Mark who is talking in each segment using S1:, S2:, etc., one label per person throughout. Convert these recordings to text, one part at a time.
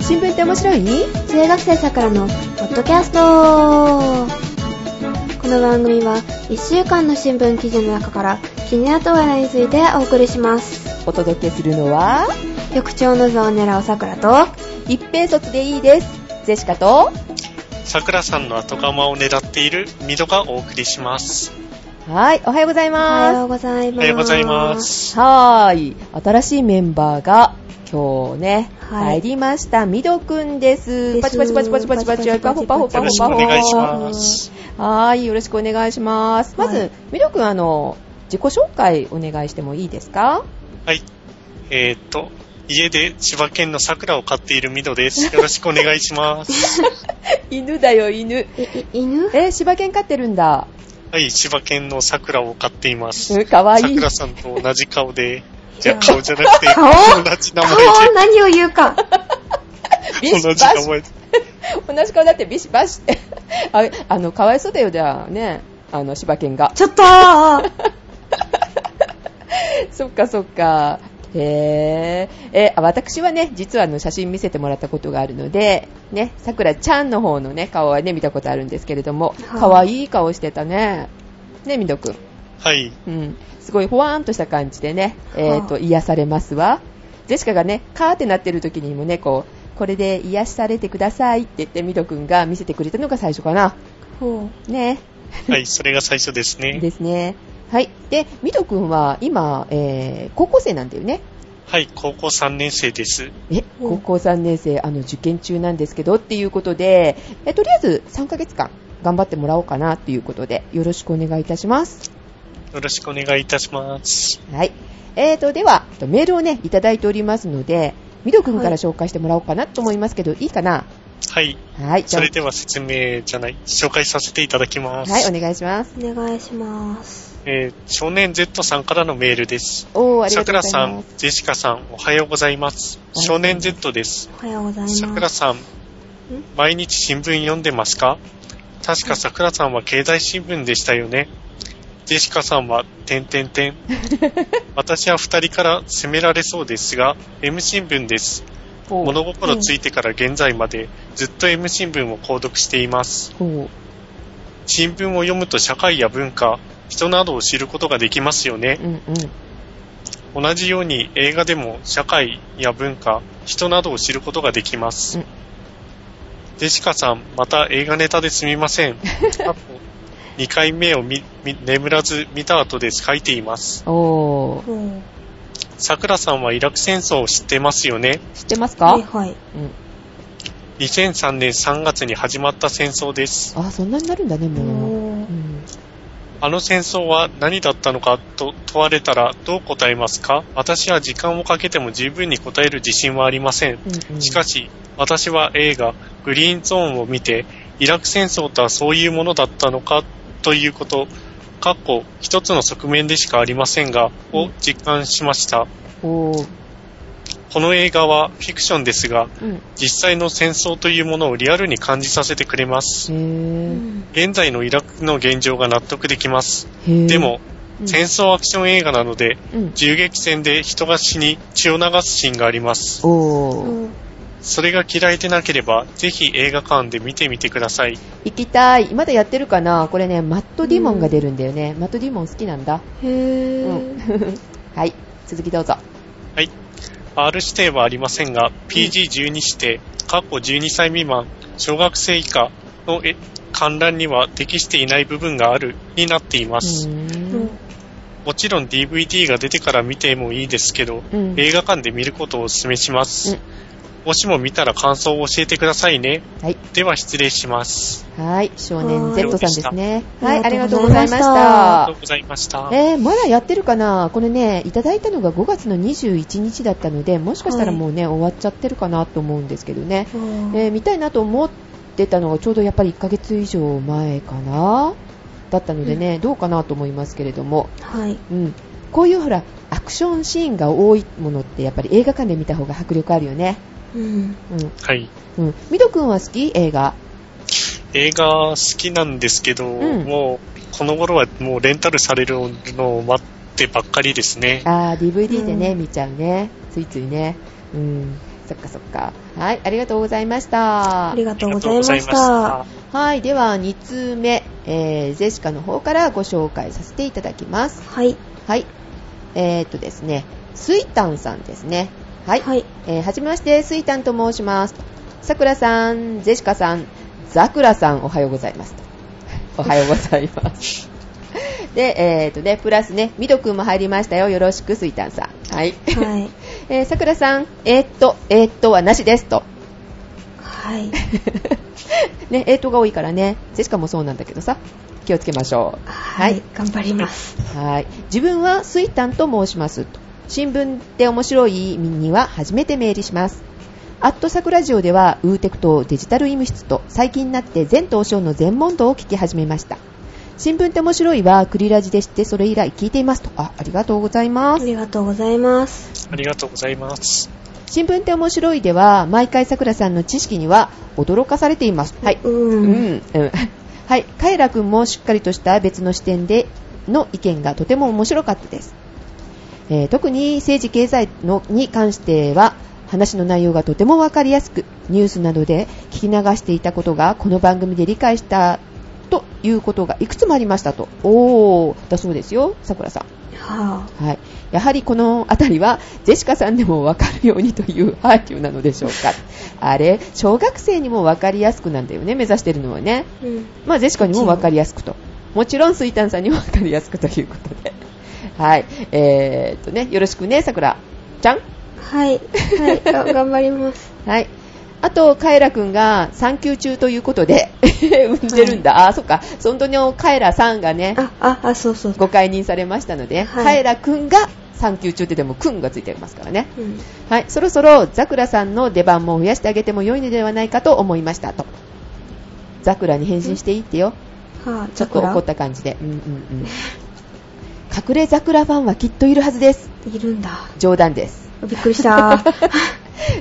S1: 新聞って面白いに
S2: 中学生さくらのポッドキャストこの番組は1週間の新聞記事の中から気になった話題についてお送りします
S1: お届けするのは
S2: 局長の座を狙うさくらと
S1: 一平卒でいいですゼシカと
S3: 桜さんの後釜を狙っているミドがお送りします。
S1: はいおはようござい
S2: おはよ
S1: ま
S2: うござい
S3: お
S2: ます
S3: はようございますす。
S1: すはーい新しいメンバーが今日ね、
S2: はい
S1: 入りましたみどくんです
S2: です
S1: パチパチパチパチパチパチパホパホパ
S3: よ
S1: ホ
S3: ろしく
S1: パ
S3: お
S1: ホ
S3: 願いします。
S1: はーいよろしくお願いしますま
S2: は
S1: ず
S2: い
S1: みどくんあの自己紹介お願いしてもいいですか
S3: はい。えーっと、家で千葉県の桜を飼っているミドです。よろしくお願いします。
S1: 犬だよ犬
S2: いい犬
S1: えー、柴犬飼ってるんだ。
S3: はい、千葉県の桜を飼っています。
S1: うんかわいい。
S3: 桜さんと同じ顔で、じゃ
S1: いや
S3: 顔じゃなくて、
S2: 顔
S3: 同じ名
S2: 顔
S3: 前
S2: 何を言う か
S1: ビシ
S3: で、同
S1: バ
S3: じ名
S1: シ。
S3: 前で。
S1: 同じ顔だって ビシバシ。ああの、かわいそうだよ、じゃあね。あの、柴犬が。
S2: ちょっと は
S1: そっかそっか。へーえあ私はね、実はあの写真見せてもらったことがあるので、ね、さくらちゃんの方のね、顔はね、見たことあるんですけれども、
S2: はい
S1: かわいい顔してたね。ね、みどくん。
S3: はい。
S1: うん。すごい、ほわーんとした感じでね、えっ、と、
S2: はあ
S1: 癒されますわ。ジェシカがね、カーってなってる時にもね、こう、これで癒しされてくださいって言って、ミド君が見せてくれたのが最初かな。
S2: ほ
S1: ね。
S3: はい、それが最初ですね。
S1: ですね。はい。で、ミド君は今、えー、高校生なんだよね。
S3: はい、高校3年生です。
S1: え、
S2: う
S1: 高
S2: ん
S1: 校3年生、あの、受験中なんですけどっていうことで、えとりあえず3ヶ月間頑張ってもらおうかなっていうことで、よろしくお願いいたします。
S3: よろしくお願いいたします。
S1: はい。えーと、では、メールをね、いただいておりますので、みどくんから紹介してもらおうかなと思いますけど、い、いかな
S3: はい、
S1: はい。じ
S3: そ
S1: ゃあ
S3: れでは説明じゃない、紹介させていただきます。
S1: はい、お願いします。
S2: うお願いします
S3: えー少年 Z さんからのメールです。
S1: おー、あり
S3: さ
S1: が
S3: く
S1: とうご
S3: ら
S1: ざ
S3: さ
S1: いま
S3: ん
S1: す。、
S3: ジェシカさん、おはようございます。
S1: はい
S3: 少年 Z です。
S2: おはようございます
S3: さくらさん、毎日新聞読んでますか確かさくらさんは経済新聞でしたよね。ジェシカさんは、てんて んてん。私は二人から責められそうですが、M 新聞です。
S1: ほう
S3: 物心ついてから現在まで、ずっと M 新聞を購読しています。
S1: ほ
S3: 新聞を読むと社会や文化、人などを知ることができますよね
S1: う。。うんうん。
S3: 同じように映画でも社会や文化、人などを知ることができます。
S1: うん
S3: ジェシカさん、また映画ネタですみ ません。2回目を見見眠らず見た後です書いています。
S1: おー、
S2: ほう
S3: さくらさんはイラク戦争を知ってますよね。
S1: 知ってますか、
S2: はいはい
S1: うん。
S3: 2003年3月に始まった戦争です。
S1: あー、そんなになるんだね、もう。
S2: おー
S1: うん、
S3: あの戦争は何だったのかと問われたらどう答えますか私は時間をかけても十分に答える自信はありません。
S1: うんうん、
S3: しかし、私は映画、グリーンゾーンを見て、イラク戦争とはそういうものだったのかということ、かっこ一つの側面でしかありませんが、を実感しました。
S1: おー、
S3: この映画はフィクションですが、
S1: うん。へ
S3: 実際の戦争というものをリアルに感じさせてくれます。
S2: う
S1: ー。
S2: ん
S3: 現在のイラクの現状が納得できます。
S1: へー
S3: で、も、
S1: うん
S3: 戦争アクション映画なので、
S1: うん。
S3: 銃撃戦で人が死に血を流すシーンがあります。
S1: おー、
S2: うん
S3: それが嫌いでなければ、ぜひ映画館で見てみてください。
S1: 行きたい。まだやってるかなこれね、マットディモンが出るんだよね。マットディモン好きなんだ。
S2: へー
S1: うん。 はい。続きどうぞ。
S3: はい。R 指定はありませんが、PG12 指定、過去12歳未満、小学生以下のえ観覧には適していない部分があるになっています。
S1: うん。
S3: もちろん DVD が出てから見てもいいですけど、
S1: うん
S3: 映画館で見ることをお勧めします。もしも見たら感想を教えてくださいね。
S1: はい。
S3: では失礼します。
S1: はい。少年 Z さんですね。は。
S2: はいい
S1: ありがとうございました
S3: ありがとう。ございました。
S1: えー、まだやってるかなこれね、いただいたのが5月の21日だったので、もしかしたらもうね、終わっちゃってるかなと思うんですけどね。
S2: うん
S1: えー見たいなと思ってたのがちょうどやっぱり1ヶ月以上前かなだったのでね、どうかなと思いますけれども。
S2: はい。
S1: うん。こういうほら、アクションシーンが多いものってやっぱり映画館で見た方が迫力あるよね。
S2: うん。
S1: うん。
S3: はい。
S1: うん。みどくんは好き映画。
S3: 映画好きなんですけど、
S1: ん
S3: もう、この頃はもうレンタルされるのを待ってばっかりですね。
S1: あー DVD でね、
S2: うん
S1: 見ちゃうね。ついついね。うん。そっかそっか。はい、ありがとうございました
S2: あり。が
S3: あ
S2: とうございました。
S1: はい、では2通目、えー、ゼシカの方からご紹介させていただきます。
S2: はい。
S1: はい。えー、っとですね、スイタンさんですね。はい。
S2: はい。
S1: えーはじめまして、スイタンと申します。さくらさん、ゼシカさん、ザクラさん、おはようござい ます。おはようございます。で、えー、っとね、プラスね、ミドくんも入りましたよ。よろしく、スイタンさん。 はい。
S2: はい。
S1: えー、さくらさん、えー、っと、えー、っとはなしですと。
S2: はい。
S1: ね、えー、っとが多いからね、ジェシカもそうなんだけどさ、気をつけましょう。
S2: は
S1: はいい。
S2: 頑張ります。
S1: はい。自分はスイタンと申しますと。新聞で面白いには初めてメールします。アットサクラジオでは、ウーテクとデジタル医務室と、最近になって全東証の全問答を聞き始めました。新聞って面白いは、クリラジで知って、それ以来聞いていますと。あ、ありがとうござい
S2: あ
S1: ます。
S2: りがとうございます。
S3: ありがとうございます。
S1: 新聞って面白いでは、毎回さくらさんの知識には驚かされています。はい。
S2: う。
S1: うんん、うん。 はい。カイラ君もしっかりとした別の視点での意見がとても面白かったです。えー特に政治経済のに関しては、話の内容がとてもわかりやすく、ニュースなどで聞き流していたことが、この番組で理解したということがいくつもありましたと。おー、だそうですよ、さくらさん。
S2: は
S1: はい、やはりこのあたりはジェシカさんでもわかるようにという配慮なのでしょうかあれ小学生にもわかりやすくなんだよね目指してるのはね、
S2: ぁ。うん。
S1: まあ、ジェシカにもわかりやすくともちろんスイタンさんにもわかりやすくということで はいえー、っとねよろしくねさくらちゃん
S2: はい。はい。 が頑張ります。
S1: はいあと、カエラくんが産休中ということで、 産んでるんだ。あ、そっか。その時のカエラさんがね、
S2: あ、あ、あ、そうそう。
S1: ご解任されましたので、
S2: はい
S1: カエラくんが産休中ってでもくんがついてますからね。
S2: うん。
S1: はい、そろそろザクラさんの出番も増やしてあげても良いのではないかと思いましたと。ザクラに変身していいってよ。
S2: はぁ、。
S1: ちょっと怒ったた感じで。うんうんうん。隠れザクラファンはきっといるはずです。
S2: いるんだ。
S1: 冗談です。
S2: びっくりした。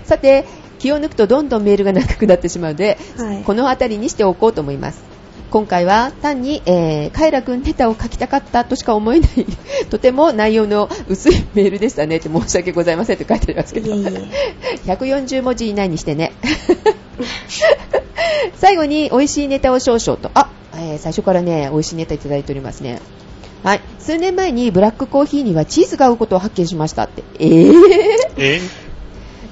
S1: さて、気を抜くとどんどんメールが長くなってしまうので、
S2: はい
S1: この辺りにしておこうと思います。今回は単に、えー、カエラくんネタを書きたかったとしか思えない、とても内容の薄いメールでしたねって申し訳ございませんって書いてありますけ
S2: い
S1: ど。
S2: えいえ。
S1: 140文字以内にしてね 最後に美味しいネタを少々とあ、えー最初からね美味しいネタいただいておりますねはい数年前にブラックコーヒーにはチーズが合うことを発見しましたってえー、
S3: え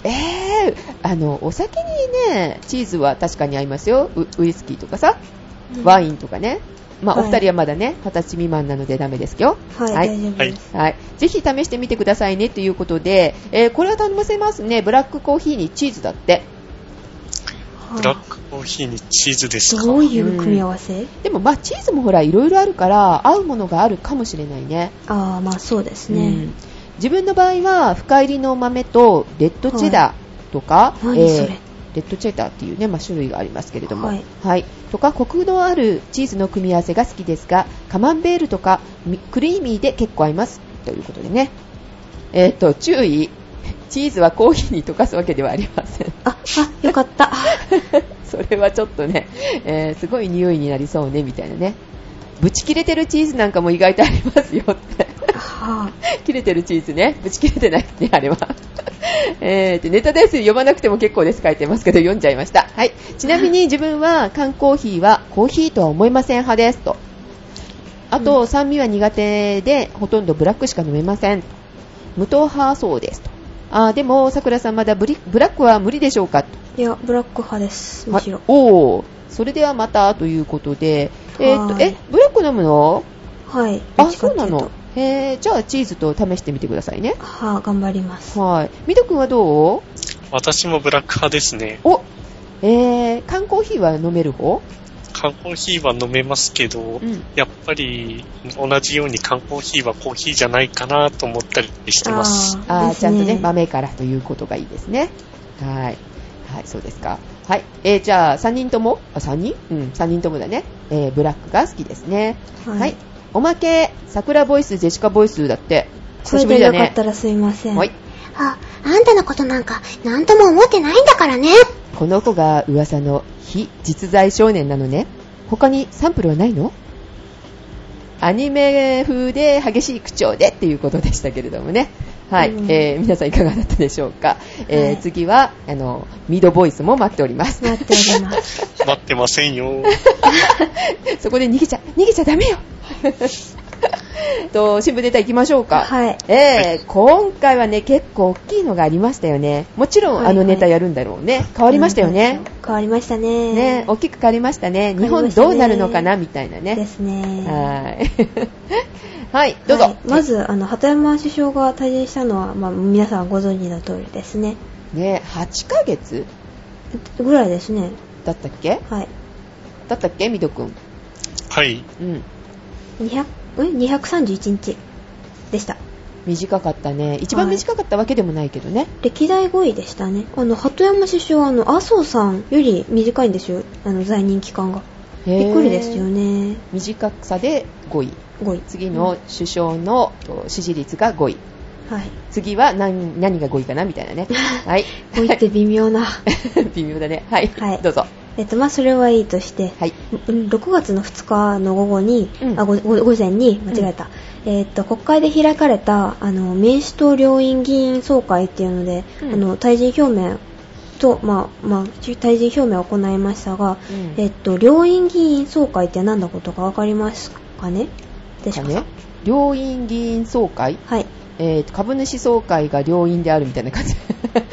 S1: えー、あのお酒にねチーズは確かに合いますよウウイスキーとかさ ワイ
S2: ン。
S1: ンとかね、まあ、
S2: は
S1: お
S2: い
S1: 二人はまだね二十歳未満なのでダメですよ
S2: はい、大丈夫
S3: はい
S2: です。
S1: はい、ぜひ試してみてくださいねということで、えーこれは頼ませますねブラックコーヒーにチーズだって
S2: は
S3: ブラックコーヒーにチーズですか
S2: どういう組み合わせ、
S1: でもまあチーズもほらいろいろあるから合うものがあるかもしれないね
S2: ああ、まあそうです
S1: う
S2: ね
S1: ん。自分の場合は深入りの豆とレッドチェダーとか、
S2: 何それ、
S1: レッドチェダーっていうね、まあ、種類がありますけれども、
S2: は
S1: はいいとかコクのあるチーズの組み合わせが好きですがカマンベールとかみクリーミーで結構合いますということでねえっ、と注意チーズはコーヒーに溶かすわけではありません
S2: あ、あ、よかった。
S1: それはちょっとね、えーすごい匂いになりそうねみたいなねブチ切れてるチーズなんかも意外とありますよって
S2: は
S1: 切れてるチーズね。ぶち切れてないね、あれは。 えーと、ネタです読まなくても結構です書いてますけど、読んじゃいました。はい。ちなみに自分は缶コーヒーはコーヒーとは思いません派ですと。あと、酸味は苦手で、ほとんどブラックしか飲めません。無糖派そうですと。あーでも、さくらさんまだブリブラックは無理でしょうかと。
S2: い。いや、ブラック派です。むしろ
S1: は。おーそれではまたということで、えー
S2: は
S1: と、
S2: い
S1: え、ブラック飲むの
S2: はい。ど
S1: あ、
S2: っちか
S1: そ
S2: っ
S1: う
S2: てい
S1: な
S2: と
S1: の。へーじゃあチーズと試してみてくださいね。
S2: はあ、頑張ります。
S1: はい。みどくんはどう
S3: 私もブラック派ですね。
S1: おえー、缶コーヒーは飲める方
S3: 缶コーヒーは飲めますけど、
S1: うん。
S3: やっぱり同じように缶コーヒーはコーヒーじゃないかなと思ったりしてます。
S1: あ
S2: で
S1: ー
S2: す
S1: ちゃんとね、豆からということがいいですね。はい。はい、そうですか。はい。えー、じゃあ、3人ともあ、3人うん、3人ともだね。えー、ブラックが好きですね。はい。
S2: はい。
S1: おまけ、桜ボイス、ジェシカボイスだって。久
S2: 声
S1: しぶ
S2: で
S1: りだ
S2: なか
S1: ね
S2: っ。たらすいません。
S1: はい。
S4: あ、あんたのことなんか、なんとも思ってないんだからね。
S1: この子が噂の非実在少年なのね。他にサンプルはないのアニメ風で激しい口調でっていうことでしたけれどもね。はい、
S2: うん
S1: えー皆さんいかがだったでしょうか、えー
S2: はい
S1: 次はあのミードボイスも待っております
S2: 待っております。
S3: 待ってませんよ。
S1: そこで逃げちゃ逃げちゃダメよ と新聞ネタいきましょうか、
S2: はい。
S1: えー今回はね結構大きいのがありましたよねもちろんあの
S2: はいはい
S1: ネタやるんだろうね変わりましたよね、
S2: うん。変わりましたね。
S1: ね大きく変わりましたね
S2: 変わ
S1: 日
S2: りましたね
S1: 本どうなるのかなみたいな
S2: で
S1: ね
S2: すね。
S1: はいはいどうぞ、
S2: はいまず、あの、鳩山首相が退陣したのは、まあ、皆さんご存知の通りですね。
S1: ね8ヶ月
S2: ぐらいですね。
S1: だったっけ
S2: はい。
S1: だったっけみどくん
S3: はい。
S1: うん
S2: 200、え ?231 日でした。
S1: 短かったね一番短かったわけでもないけどね、
S2: 歴代5位でしたね。あの、鳩山首相は、あの、麻生さんより短いんですよ。あの、在任期間が。
S1: へー
S2: びっくりですよね。
S1: 短さで5位
S2: 5位。
S1: 次の首相のと支持率が5位
S2: はい。
S1: 次は何何が5位かなみたいなねはい
S2: 5位って微妙な。
S1: 微妙だねはい、
S2: はい
S1: どうぞ
S2: えっと、まあ、それはいいとして、
S1: はい
S2: うん6月の2日の午後に、
S1: うん
S2: あごご午前に間違えた、えっと国会で開かれたあの民主党両院議員総会っていうので、
S1: うん
S2: あの退陣表明と、まあまあ、退陣表明を行いましたが、
S1: うん
S2: えっと両院議員総会って何のことか分かりますかねでしょう
S1: ね両院議員総会、
S2: はい
S1: えーと株主総会が両院であるみたいな感じ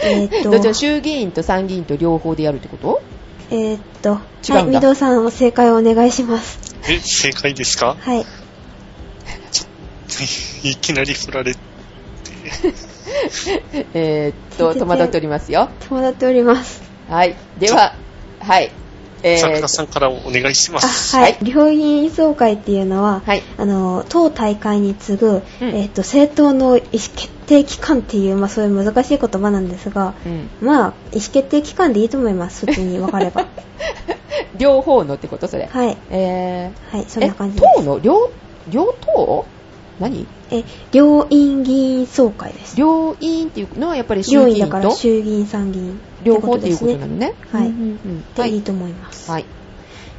S2: えーっと
S1: どっちも衆議院と参議院と両方でやるってこと
S2: えっと
S1: 違
S2: は
S1: う
S2: い
S1: んだ
S2: 御堂さんお正解をお願いします
S3: え、正解ですか
S2: はい
S3: いきなり振られて。
S1: えーっと
S2: 聞いてて
S1: 戸惑っておりますよ
S2: 戸惑っております
S1: はいでははいえ
S3: さく
S1: ー
S3: ら
S1: と
S3: さんからお願いしま
S2: あ
S3: す。
S2: はい、
S1: は
S2: 両院総会っていうのは、
S1: はい
S2: あの党大会に次ぐ、
S1: うん
S2: えっと政党の意思決定機関っていう、まあ、そういう難しい言葉なんですが、
S1: うん
S2: まあ意思決定機関でいいと思いますそっちに分か れば
S1: 両方のってことそれ、
S2: はい
S1: えー
S2: はいそん
S1: え
S2: な感じです
S1: 党の両両党何
S2: え両院議員総会です
S1: 両院っていうのはやっぱり衆
S2: 両
S1: 議
S2: 院だ
S1: 院
S2: から
S1: と
S2: 衆議院参議院
S1: 両方っていう
S2: です
S1: こと
S2: ね
S1: なのね。
S2: はい
S1: うんうんうん
S2: で
S1: はい
S2: い
S1: い。
S2: と思います、
S1: はい。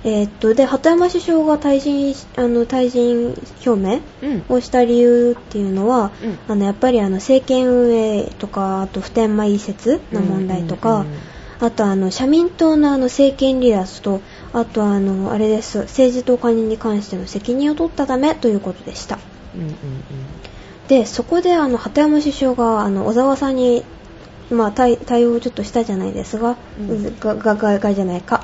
S2: えっとで鳩山首相が退陣しあの退陣表明
S1: うん。
S2: をした理由っていうのは、
S1: うん
S2: あのやっぱりあの政権運営とかあと普天間移設の問題とか、
S1: うんうんうん
S2: あとあの社民党のあの政権離脱とあとあのあれです政治とお金に関しての責任を取ったためということでした
S1: うんうんうん
S2: でそこであの鳩山首相があの小沢さんに、まあ、対対応をちょっとしたじゃないですが、
S1: うん
S2: ががががじゃないか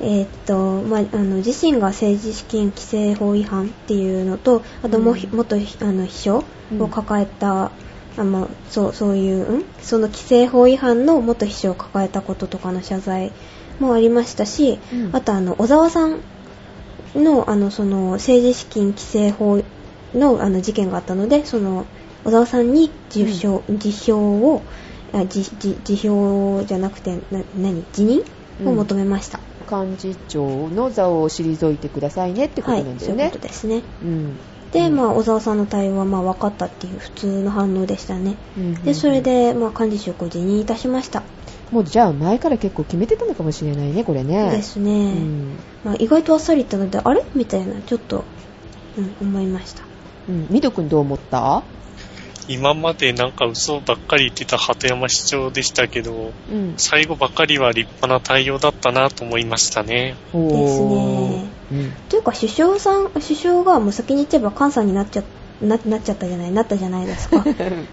S2: えーっとまあ、あの自身が政治資金規正法違反っていうのとあとも、うひ
S1: うん
S2: 元ひあの秘書を抱えた、あまあ、そうそういう、ん、その規正法違反の元秘書を抱えたこととかの謝罪もありましたし、
S1: うん
S2: あとあの小沢さんのあのその政治資金規正法のあの事件があったのでその小沢さんに辞表,、辞表をあ辞辞辞表じゃなくてな何辞任を求めました、
S1: 幹事長の座を退いてくださいねってこ
S2: は
S1: と
S2: い
S1: なんだ
S2: そう
S1: よ
S2: いう
S1: ね。
S2: ことですね
S1: うん。
S2: で、
S1: うん
S2: まあ、小沢さんの対応はまあ分かったっていう普通の反応でしたね
S1: うん
S2: でそれ。で、まあ、幹事職を辞任いたしました、
S1: もうじゃあ前から結構決めてたのかもしれないね、これね。
S2: ですね、
S1: うん。
S2: まあ、意外とあっさりいったのであれみたいなちょっと、うん、思いました
S1: うん。みどくんどう思った
S3: 今までなんか嘘ばっかり言ってた鳩山市長でしたけど、
S1: うん。
S3: 最後ばかりは立派な対応だったなと思いましたね。
S1: お
S2: ですね
S1: うん。
S2: というか首相さん首相がもう先に言っちゃえば菅さんになっちゃななっちゃったじゃないなったじゃないで すか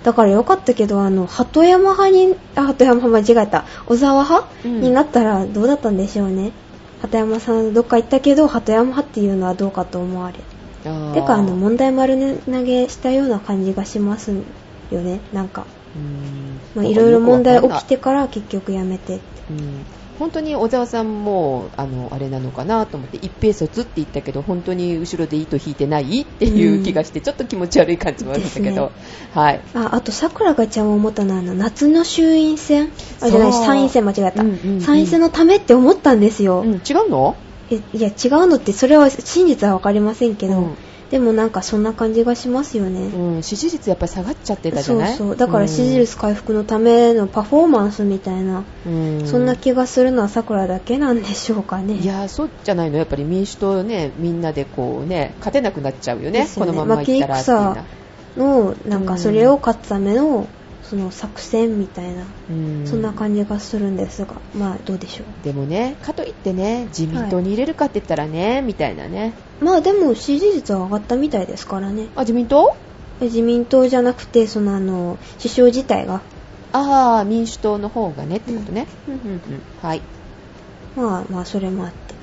S2: だからよかったけどあの鳩山派にあ鳩山派間違えた小沢派、
S1: うん
S2: になったらどうだったんでしょうね鳩山さんどっか行ったけど鳩山派っていうのはどうかと思われ
S1: あー
S2: てかあの問題丸投げしたような感じがしますよねなんか、
S1: うん
S2: まあ、いろいろ問題起き
S1: よ
S2: てから結局やめ
S1: く
S2: て
S1: わかんないうん本当に小沢さんもあのあれなのかなと思って一平卒って言ったけど本当に後ろで糸引いてないっていう気がして、ちょっと気持ち悪い感じもあるんだけど、
S2: ですね
S1: はい、
S2: ああとさくらがちゃんも思ったのはあの夏の衆院選あじゃない
S1: そう
S2: 参院選間違えた、
S1: うんうんうん
S2: 参院選のためって思ったんですよ、
S1: うん、違うの
S2: えいや違うのってそれは真実は分かりませんけど、
S1: うん
S2: でもなんかそんな感じがしますよね、
S1: うん、支持率やっぱり下がっちゃってたじゃ
S2: そう
S1: ない
S2: そうだから支持、率回復のためのパフォーマンスみたいな、
S1: うん
S2: そんな気がするのはさくらだけなんでしょうかね
S1: いやーそうじゃないのやっぱり民主党ねみんなでこうね勝てなくなっちゃうよね
S2: ですよね
S1: このままいったらっていうのは
S2: のなんかそれを勝つためのその作戦みたいな、
S1: うん
S2: そんな感じがするんですが、まあどうでしょ
S1: でもね、かといってね、自民党に入れるかって言ったらね、みたいなね。
S2: う。まあでも支持率は上がったみたいですからね。
S1: あ、自民党
S2: 自民党じゃなくて、そのあの、首相自体が、
S1: ああ、民主党の方がねってことね。うんうんうん。はい。
S2: まあまあそれもあって。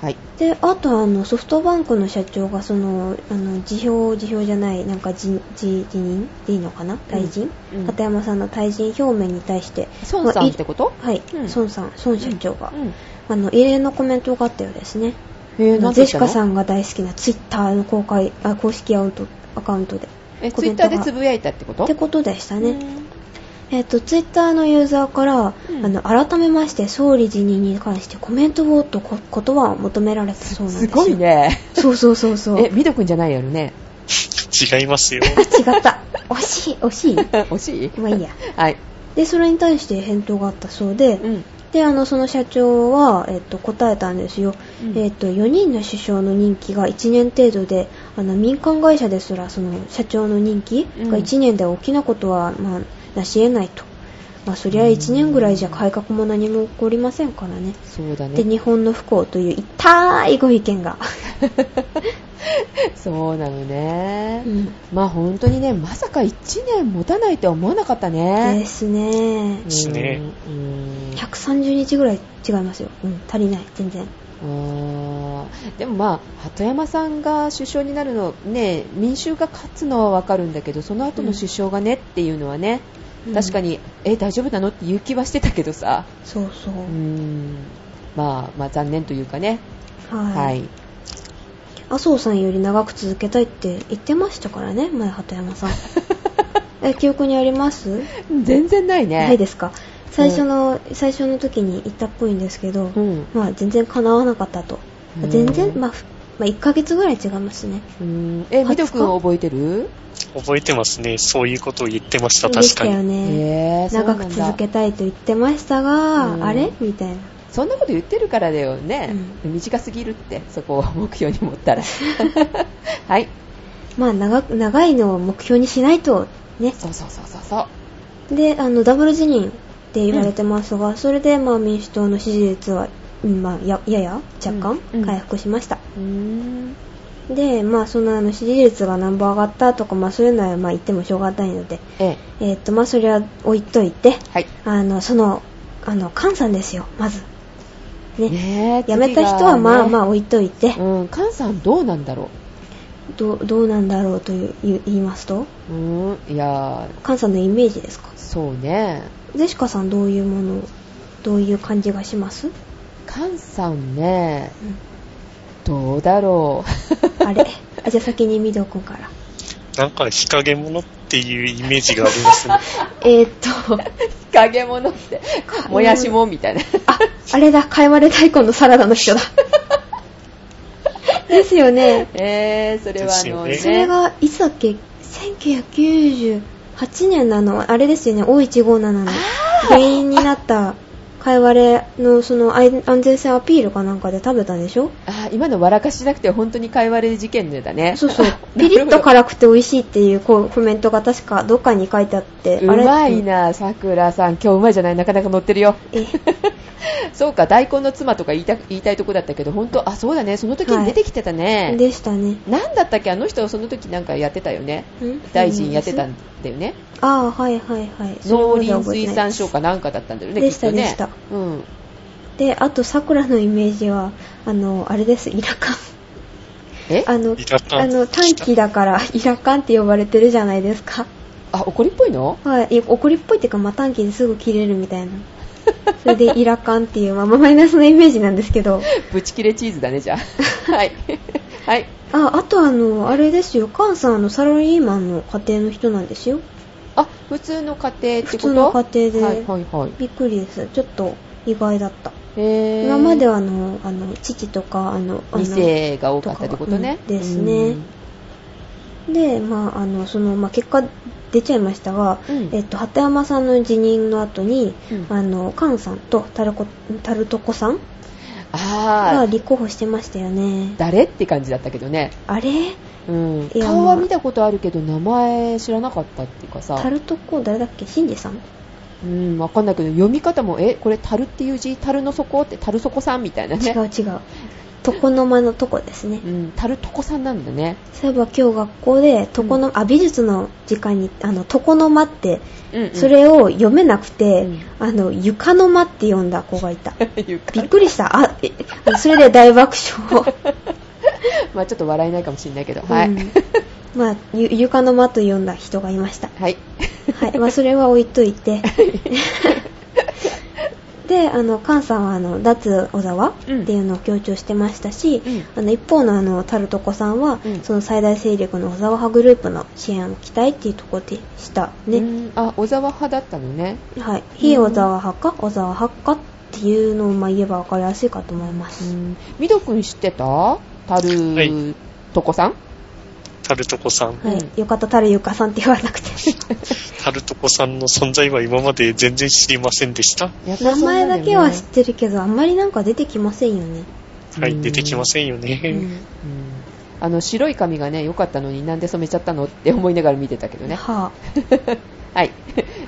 S1: あはい。
S2: で、あとあの、ソフトバンクの社長が、その、あの、辞表、辞表じゃない、なんか辞、辞、辞任でいいのかな退陣、
S1: うん
S2: 片山さんの退陣表明に対して、
S1: 孫さんってこと
S2: はい、
S1: うん
S2: 孫さん、孫社長が、
S1: うん。
S2: あの、異例のコメントがあったようですね。
S1: えー、なん
S2: ゼシカ
S1: ん。
S2: さんが大好きなツイッターの公開、あ公式アウトアカウントで。
S1: え、
S2: コ
S1: ツイッ
S2: メン
S1: タ
S2: ト
S1: ー
S2: が
S1: でつぶやいたってこと
S2: ってことでした
S1: う
S2: ね。
S1: ん
S2: えっ、と、ツイッターのユーザーから、
S1: うん
S2: あの、改めまして、総理辞任に関してコメントをとこ言葉を求められたそうなんです
S1: す
S2: よ。
S1: ごい。ね。
S2: そうそうそうそう。
S1: え、ミドくんじゃないやろね。
S3: 違いますよ。
S2: 違った。 惜しい、惜 しい。
S1: 惜しい
S2: まあいいや。
S1: はい。
S2: で、それに対して返答があったそうで、
S1: うん。
S2: で、あの、その社長は、えっと、答えたんですよ。
S1: うん
S2: えっと、4人の首相の任期が1年程度で、あの、民間会社ですら、その、社長の任期が1年で大きなことは、まあ、なし得ないと。まあ、そりゃ1年ぐらいじゃ改革も何も起こりませんからね。
S1: そうだ
S2: で、
S1: ね。
S2: 日本の不幸という痛いご意見が。
S1: そうなの
S2: う
S1: ね。
S2: ん
S1: まあ本当にね、まさか1年持たないとは思わなかった
S2: で
S1: ね。
S2: すね。
S3: すね
S1: うん。
S2: 130日ぐらい違いますよ。うん、足りない、全然。
S1: あーでもまあ、鳩山さんが首相になるの、ね、民衆が勝つのはわかるんだけど、その後の首相がねっていうのはね、
S2: うん
S1: 確かに、え、大丈夫なのっていう気はしてたけどさ、
S2: そうそう。
S1: うーん、まあ、まあ残念というかね、
S2: はい。
S1: はい、
S2: 麻生さんより長く続けたいって言ってましたからね、前鳩 山さん。え、記憶にあります、
S1: 全然ないね。
S2: ないですか最初の、最初の時に言ったっぽいんですけど、
S1: うん、
S2: まあ全然叶わなかったと。
S1: うん
S2: 全然、まあ、ふまあ1ヶ月ぐらい違いますね。
S1: うんえ、ミド君は覚えてる
S3: 覚えてますね。そういうことを言ってました、
S2: でし
S3: 確か
S2: たよ
S3: に。
S1: え
S2: ね。
S1: ー、そうな
S2: 長
S1: んだ
S2: く続けたいと言ってましたが、
S1: うん
S2: あれみたいな。
S1: そんなこと言ってるからだよね、短すぎるって、そこを目標に持った ら。はい、
S2: まあ長く、長いのを目標にしないと、ね。
S1: そうそうそうそうそう。
S2: で、あの、ダブル辞任って言われてますが、それで、まあ、民主党の支持率は、うんまあ、ややや若干
S1: うんうん
S2: 回復しました。
S1: うーん
S2: で、まあ、その、あの、支持率が何本上がったとか、まあ、そういうのは、まあ、言ってもしょうがないので、
S1: ええ、
S2: えーっと、まあ、それは置いといて、
S1: はい。
S2: あの、その、あの、菅さんですよ、まず。ね。
S1: ね
S2: 辞めた人は、まあまあ
S1: あ。
S2: 置いといて、
S1: うん、菅さんどうなんだろ
S2: どうどうなんだろうという言い言いますと、
S1: う。うーん、いや
S2: 菅さんのイメージですか
S1: ー、そうね。
S2: ゼシカさんどういうもの、どういう感じがします、
S1: 菅さんね、
S2: うん
S1: どうだろ う。
S2: あれあ、じゃあ先にミドくんから。
S3: なんか日陰者っていうイメージがありま すね。
S2: えー、っと、
S1: 日陰者って、もやしもんみたいな。
S2: あ、あれだ、かいわれ大根のサラダの 人だ。ですよね。
S1: えー、それはあのね。
S3: です
S2: それが、いつだっけ ?1998 年なの、あれですよね、O157 の原因になった、かいわれのそのあい安全性アピールかなんかで食べたんでしょ
S1: あ、今の笑かしじゃなくて本当に会話で事件のようだね。。
S2: そうそう ピリッと辛くて美味しいっていうこうコメントが確かどっかに書いてあって、
S1: う
S2: あれ
S1: まい。な、さくらさん。今日うまいじゃない。なかなか乗ってる よ。
S2: え、
S1: そうか、大根の妻とか言いた言いたいとこだったけど、本当、あ、そうだね。その時に出てきてたね。
S2: でしたね。
S1: なんだったっけあの人その時なんかやってたよね
S2: ん
S1: 大臣やってたんだよね
S2: ああ、はいはいはい。
S1: 農林水産省
S2: か。
S1: かなんかだったんだよね
S2: でした
S1: きっとね
S2: でした
S1: うん
S2: で、あと、桜のイメージは、あの、あれです、イラカン。
S1: えあ
S2: あの
S3: イラ、カン
S2: あの、短期だから、イラカンって呼ばれてるじゃないですか。
S1: 怒りっぽいの
S2: はい、い怒りっぽいっていうか、まあ、短期ですぐ切れるみたいな。それで、イラカンっていう、まあ、マイナスのイメージなんですけど。
S1: ブチ切れチーズだねじゃあ はいはい
S2: あ、あとあの、あれですよ、カンさん、あの、サラリーマンの家庭の人なんですよ。
S1: あ普通の家庭ってこと
S2: 普通の家庭で
S1: はいはいはい
S2: びっくりです。ちょっと、意外だった。
S1: えー
S2: 今まではあの、あの、父とか、あの、あの
S1: 二世が多かったってことね
S2: とかうんですねで、まあ、あの、その、まあ、結果出ちゃいましたが、
S1: うん
S2: えっと、鳩山さんの辞任の後に、
S1: うん
S2: あの、菅さんとタルコ、タルトコさん
S1: あ
S2: が
S1: あ
S2: 立候補してましたよね。
S1: 誰って感じだったけどね
S2: あれ
S1: うん、
S2: いや
S1: 顔は
S2: まあ
S1: 見たことあるけど名前知らなかったっていうかさ
S2: タルトコ誰だっけシンジさん
S1: うんわかんないけど読み方もえこれ樽っていう字樽の底って樽底さんみたいなね
S2: 違う違う床の間のとこですね
S1: うん樽床さんなんだね
S2: そういえば今日学校で床の、あ美術の時間にあの床の間って
S1: うん、うん、
S2: それを読めなくて、
S1: うん
S2: あの床の間って読んだ子がいた
S1: いうか
S2: びっくりしたあえそれで大爆笑
S1: まあちょっと笑えないかもしれないけどはい、
S2: うんまあゆ床の間と読んだ人がいました
S1: はい
S2: はい、まあ、それは置いと いて。で、あの、菅さんは、あの、脱小沢っていうのを強調してましたし、
S1: うん
S2: あの、一方の、あの、タルトコさんは、
S1: うん
S2: その最大勢力の小沢派グループの支援を期待っていうところでした
S1: う
S2: ね。
S1: んあ小沢派だったのね
S2: はい。非小沢派か、小沢派かっていうのを、まあ、言えばわかりやすいかと思いま
S1: う
S2: す。
S1: んみどくん知ってたた
S3: はい
S1: るとこさん
S3: タルトコさん。
S2: は
S1: うん
S2: い。よかった、タルユカさんって言わなくて。
S3: タルトコさんの存在は今まで全然知りませんでした。
S1: やっぱ
S2: 名
S1: りそうな
S2: 前
S1: んよね
S2: だけは知ってるけど、あんまりなんか出てきませんよね。
S3: は
S1: う
S3: い、
S1: ん
S3: 出てきませんよ
S2: う
S3: ね。
S2: ん
S1: うんあの白い髪がね良かったのになんで染めちゃったのって思いながら見てたけど ね
S2: は
S1: はい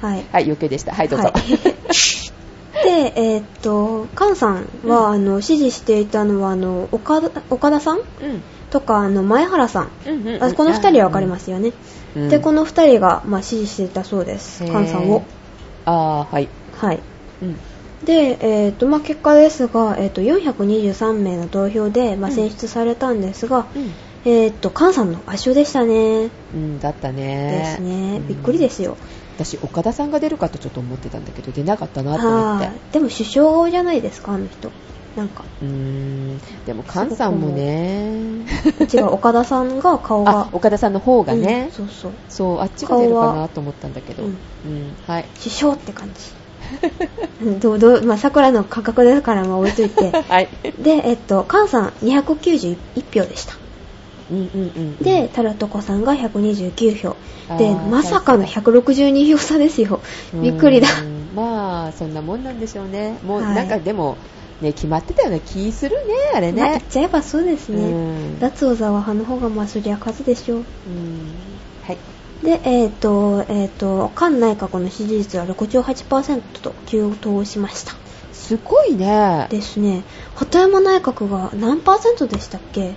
S2: あ、はい。
S1: はい余計でしたはいどうぞ、
S2: はい、で、えーっと、菅さんは、あの、支持していたのは、あの、岡田岡田さん
S1: うん
S2: とか、あの、前原さん。
S1: うんうんうん
S2: あこの二人はわかりますよね。
S1: うん
S2: で、この二人が、まあ、支持していたそうです。
S1: へー
S2: 菅さんを。
S1: ああはい、
S2: はい。
S1: うん
S2: で、えーっと、まあ、結果ですが、えーっと、423名の投票で、まあ、
S1: うん
S2: 選出されたんですが、
S1: うん
S2: えーっと、菅さんの圧勝でしたね。
S1: うん、だったね
S2: ですね。びっくりですよ。
S1: 私岡田さんが出るかとちょっと思ってたんだけど出なかったなと思って
S2: あーでも首相じゃないですか、あの人。なんか。
S1: うーんでも菅さんもね
S2: 違う、岡田さんが顔が
S1: あ。岡田さんの方が
S2: う
S1: ね
S2: ん、そうそう
S1: そうあっちが出るか
S2: 顔は
S1: なと思ったんだけど、
S2: う
S1: うんんはい
S2: 首相って感じ どうどうまあ桜の価格だからまあ置いとい て
S1: はい
S2: でえっと菅さん291票でした
S1: うんうんうん
S2: でタルトコさんが129票
S1: あー
S2: でまさかの162票差ですよ
S1: うん
S2: びっくりだ
S1: まあそんなもんなんでしょうねもう
S2: はい
S1: なんかでも、ね、決まってたような気するねあれ
S2: まあ言
S1: ね
S2: っちゃえばそうです
S1: う
S2: ね
S1: ん
S2: 脱小沢派の方がまあそりゃ数でしょう
S1: うんはい
S2: でえっとえっと菅内閣の支持率は68%と急騰しました
S1: すごいね
S2: ですね鳩山内閣が何パーセントでしたっけ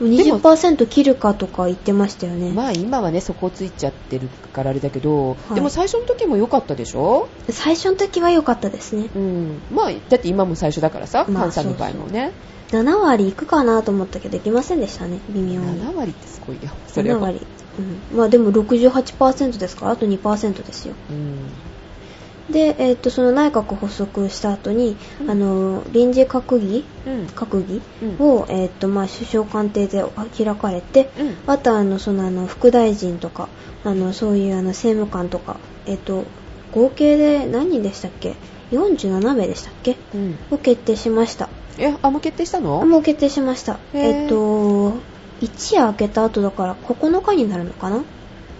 S1: でも
S2: 20%切るかとか言ってましたよね、
S1: まあ今はねそこついちゃってるからあれだけど、
S2: い
S1: でも最初の時も良かったでしょ
S2: 最初の時は良かったですね
S1: うんまあだって今も最初だからさ
S2: まあ
S1: 菅さんの場合もね、
S2: 7割いくかなと思ったけどいきませんでしたね微妙に
S1: 7割ってすごいよそれ
S2: 7
S1: は
S2: 割うん、まあでも68%ですからあと2%ですよ
S1: うん
S2: で、えっとその内閣発足した後に、
S1: うん
S2: あの臨時閣議
S1: うん
S2: 閣議を、えっとまあ、首相官邸で開かれて、
S1: うん
S2: あとあのそのあの副大臣とかあのそういうあの政務官とか、えっと合計で何人でしたっけ47名でしたっけ
S1: うん
S2: を決定しました
S1: えあもう決定したの
S2: もう決定しました
S1: へー
S2: えっと一夜明けた後だから9日になるのかな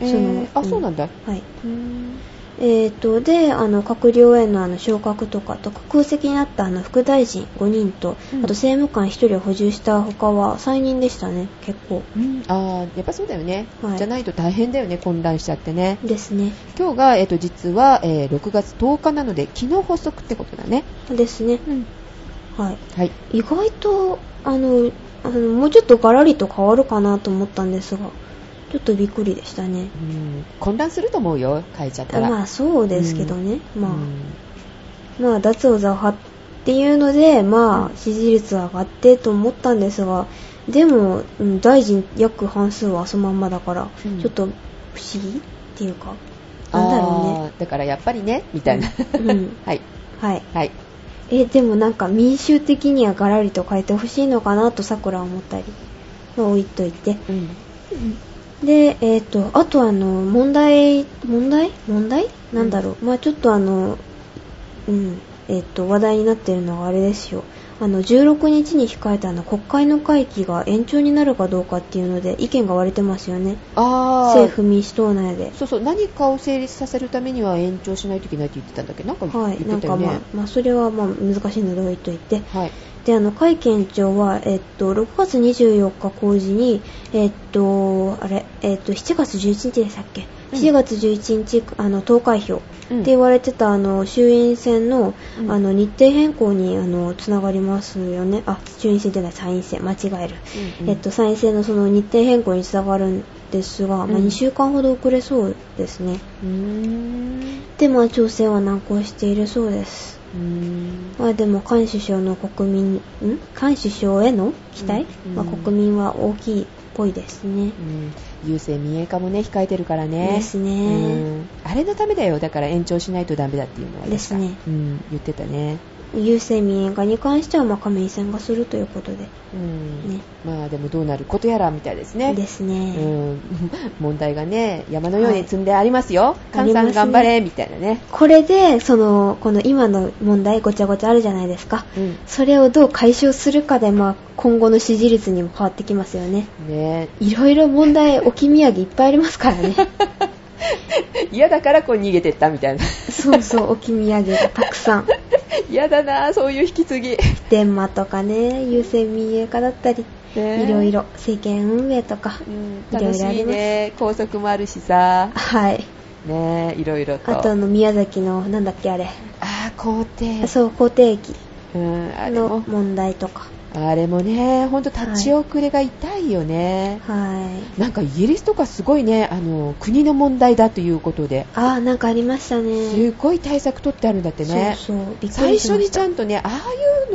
S1: え
S2: そ
S1: ー
S2: の
S1: あそうなんだ
S2: はい
S1: うん
S2: えっとであの閣僚へのあの昇格とかとか空席になったあの副大臣5人と、
S1: うん
S2: あと政務官1人を補充した他は3人でしたね結構
S1: うんあーやっぱそうだよね、
S2: はい
S1: じゃないと大変だよね混乱しちゃってね
S2: ですね
S1: 今日が、えっと実は、えー6月10日なので昨日発足ってことだね
S2: ですね
S1: うん
S2: はい
S1: はい
S2: 意外とあのあのもうちょっとガラリと変わるかなと思ったんですがちょっとびっくりでしたね
S1: うん混乱すると思うよ変えちゃったら
S2: まあそうですけどね、まあ、
S1: うん
S2: まあ脱をザハっていうのでまあ支持率は上がってと思ったんですがでも、うん大臣約半数はそのまんまだから、
S1: うん
S2: ちょっと不思議っていうかなんだろ
S1: あーだからやっぱりねみたいな、
S2: うね、うん、
S1: はい
S2: はい
S1: はい
S2: えでもなんか民衆的にはガラリと変えてほしいのかなとさくらは思ったり、まあ、置いといて
S1: うん
S2: で、えっ、と、あとあの、問題、問題問題なんだろう。まあちょっとあの、うん、えっ、と、話題になってるのはあれですよ。あの16日に控えたあの国会の会期が延長になるかどうかっていうので意見が割れてますよね
S1: あ
S2: 政
S1: ー
S2: 府民主党内で
S1: そうそう何かを成立させるためには延長しないといけないって言ってたんだっけどなんか言
S2: は
S1: っ
S2: い
S1: て
S2: なん
S1: たよ
S2: か
S1: ね、
S2: まあ、まあ、それはまあ難しいので置いといて
S1: はい
S2: であの会期延長は、えっと、6月24日公示に、えっとあれえっと、7月11日でしたっけ、
S1: うん
S2: 7月11日あの投開票
S1: うん
S2: って言われてたあの衆院選の,、
S1: うん
S2: あの日程変更にあのつながりますよねあ衆院選じゃない参院選間違える、
S1: うんうん
S2: えっと、参院選のその日程変更につながるんですが、まあ、
S1: うん
S2: 2週間ほど遅れそうですね
S1: うーん
S2: でまあ調整は難航しているそうです
S1: うーん
S2: まあでも菅首相の国民ん菅首相への期待、
S1: うん
S2: まあ、国民は大きいっぽいですね、
S1: うん郵政民営化もね控えてるからね
S2: ですね
S1: うんあれのためだよだから延長しないとダメだっていうのは
S2: ですね
S1: 確かうん、言ってたね
S2: 郵政民営化に関してはまあ亀井さんがするということで
S1: うん
S2: ね
S1: まあでもどうなることやらみたいですね
S2: です
S1: う
S2: ね、
S1: ん、 問題がね山のように積んでありますよ、
S2: あ
S1: 菅
S2: り
S1: さ
S2: ますね
S1: ん頑張れみたいなね、
S2: これでそのこの今の問題ごちゃごちゃあるじゃないですか
S1: うん、
S2: それをどう解消するかで、まあ、今後の支持率にも変わってきますよね
S1: ね
S2: いろいろ問題置き土産いっぱいありますからね
S1: 嫌だからこう逃げてったみたいな
S2: そうそう 置き土産がたくさん
S1: 嫌だなあそういう引き継ぎ、
S2: 電話とかね優先民営化だったり
S1: ね
S2: いろいろ政権運営とか
S1: うん、
S2: いろいろあり
S1: 楽
S2: ます
S1: しいね高速もあるしさ
S2: はい
S1: ねいろいろと
S2: あとあの宮崎のなんだっけあれ
S1: あー校庭
S2: そう口蹄疫
S1: うん、あれ
S2: の
S1: も
S2: 問題とか
S1: あれもねほんと立ち遅れが痛いよね、
S2: はい
S1: なんかイギリスとかすごいねあの国の問題だということで
S2: ああなんかありましたね
S1: すごい対策取ってあるんだってね
S2: そうそうびっく
S1: 最
S2: りし
S1: 初
S2: ま
S1: に
S2: し
S1: ちゃ
S2: た
S1: んとねああ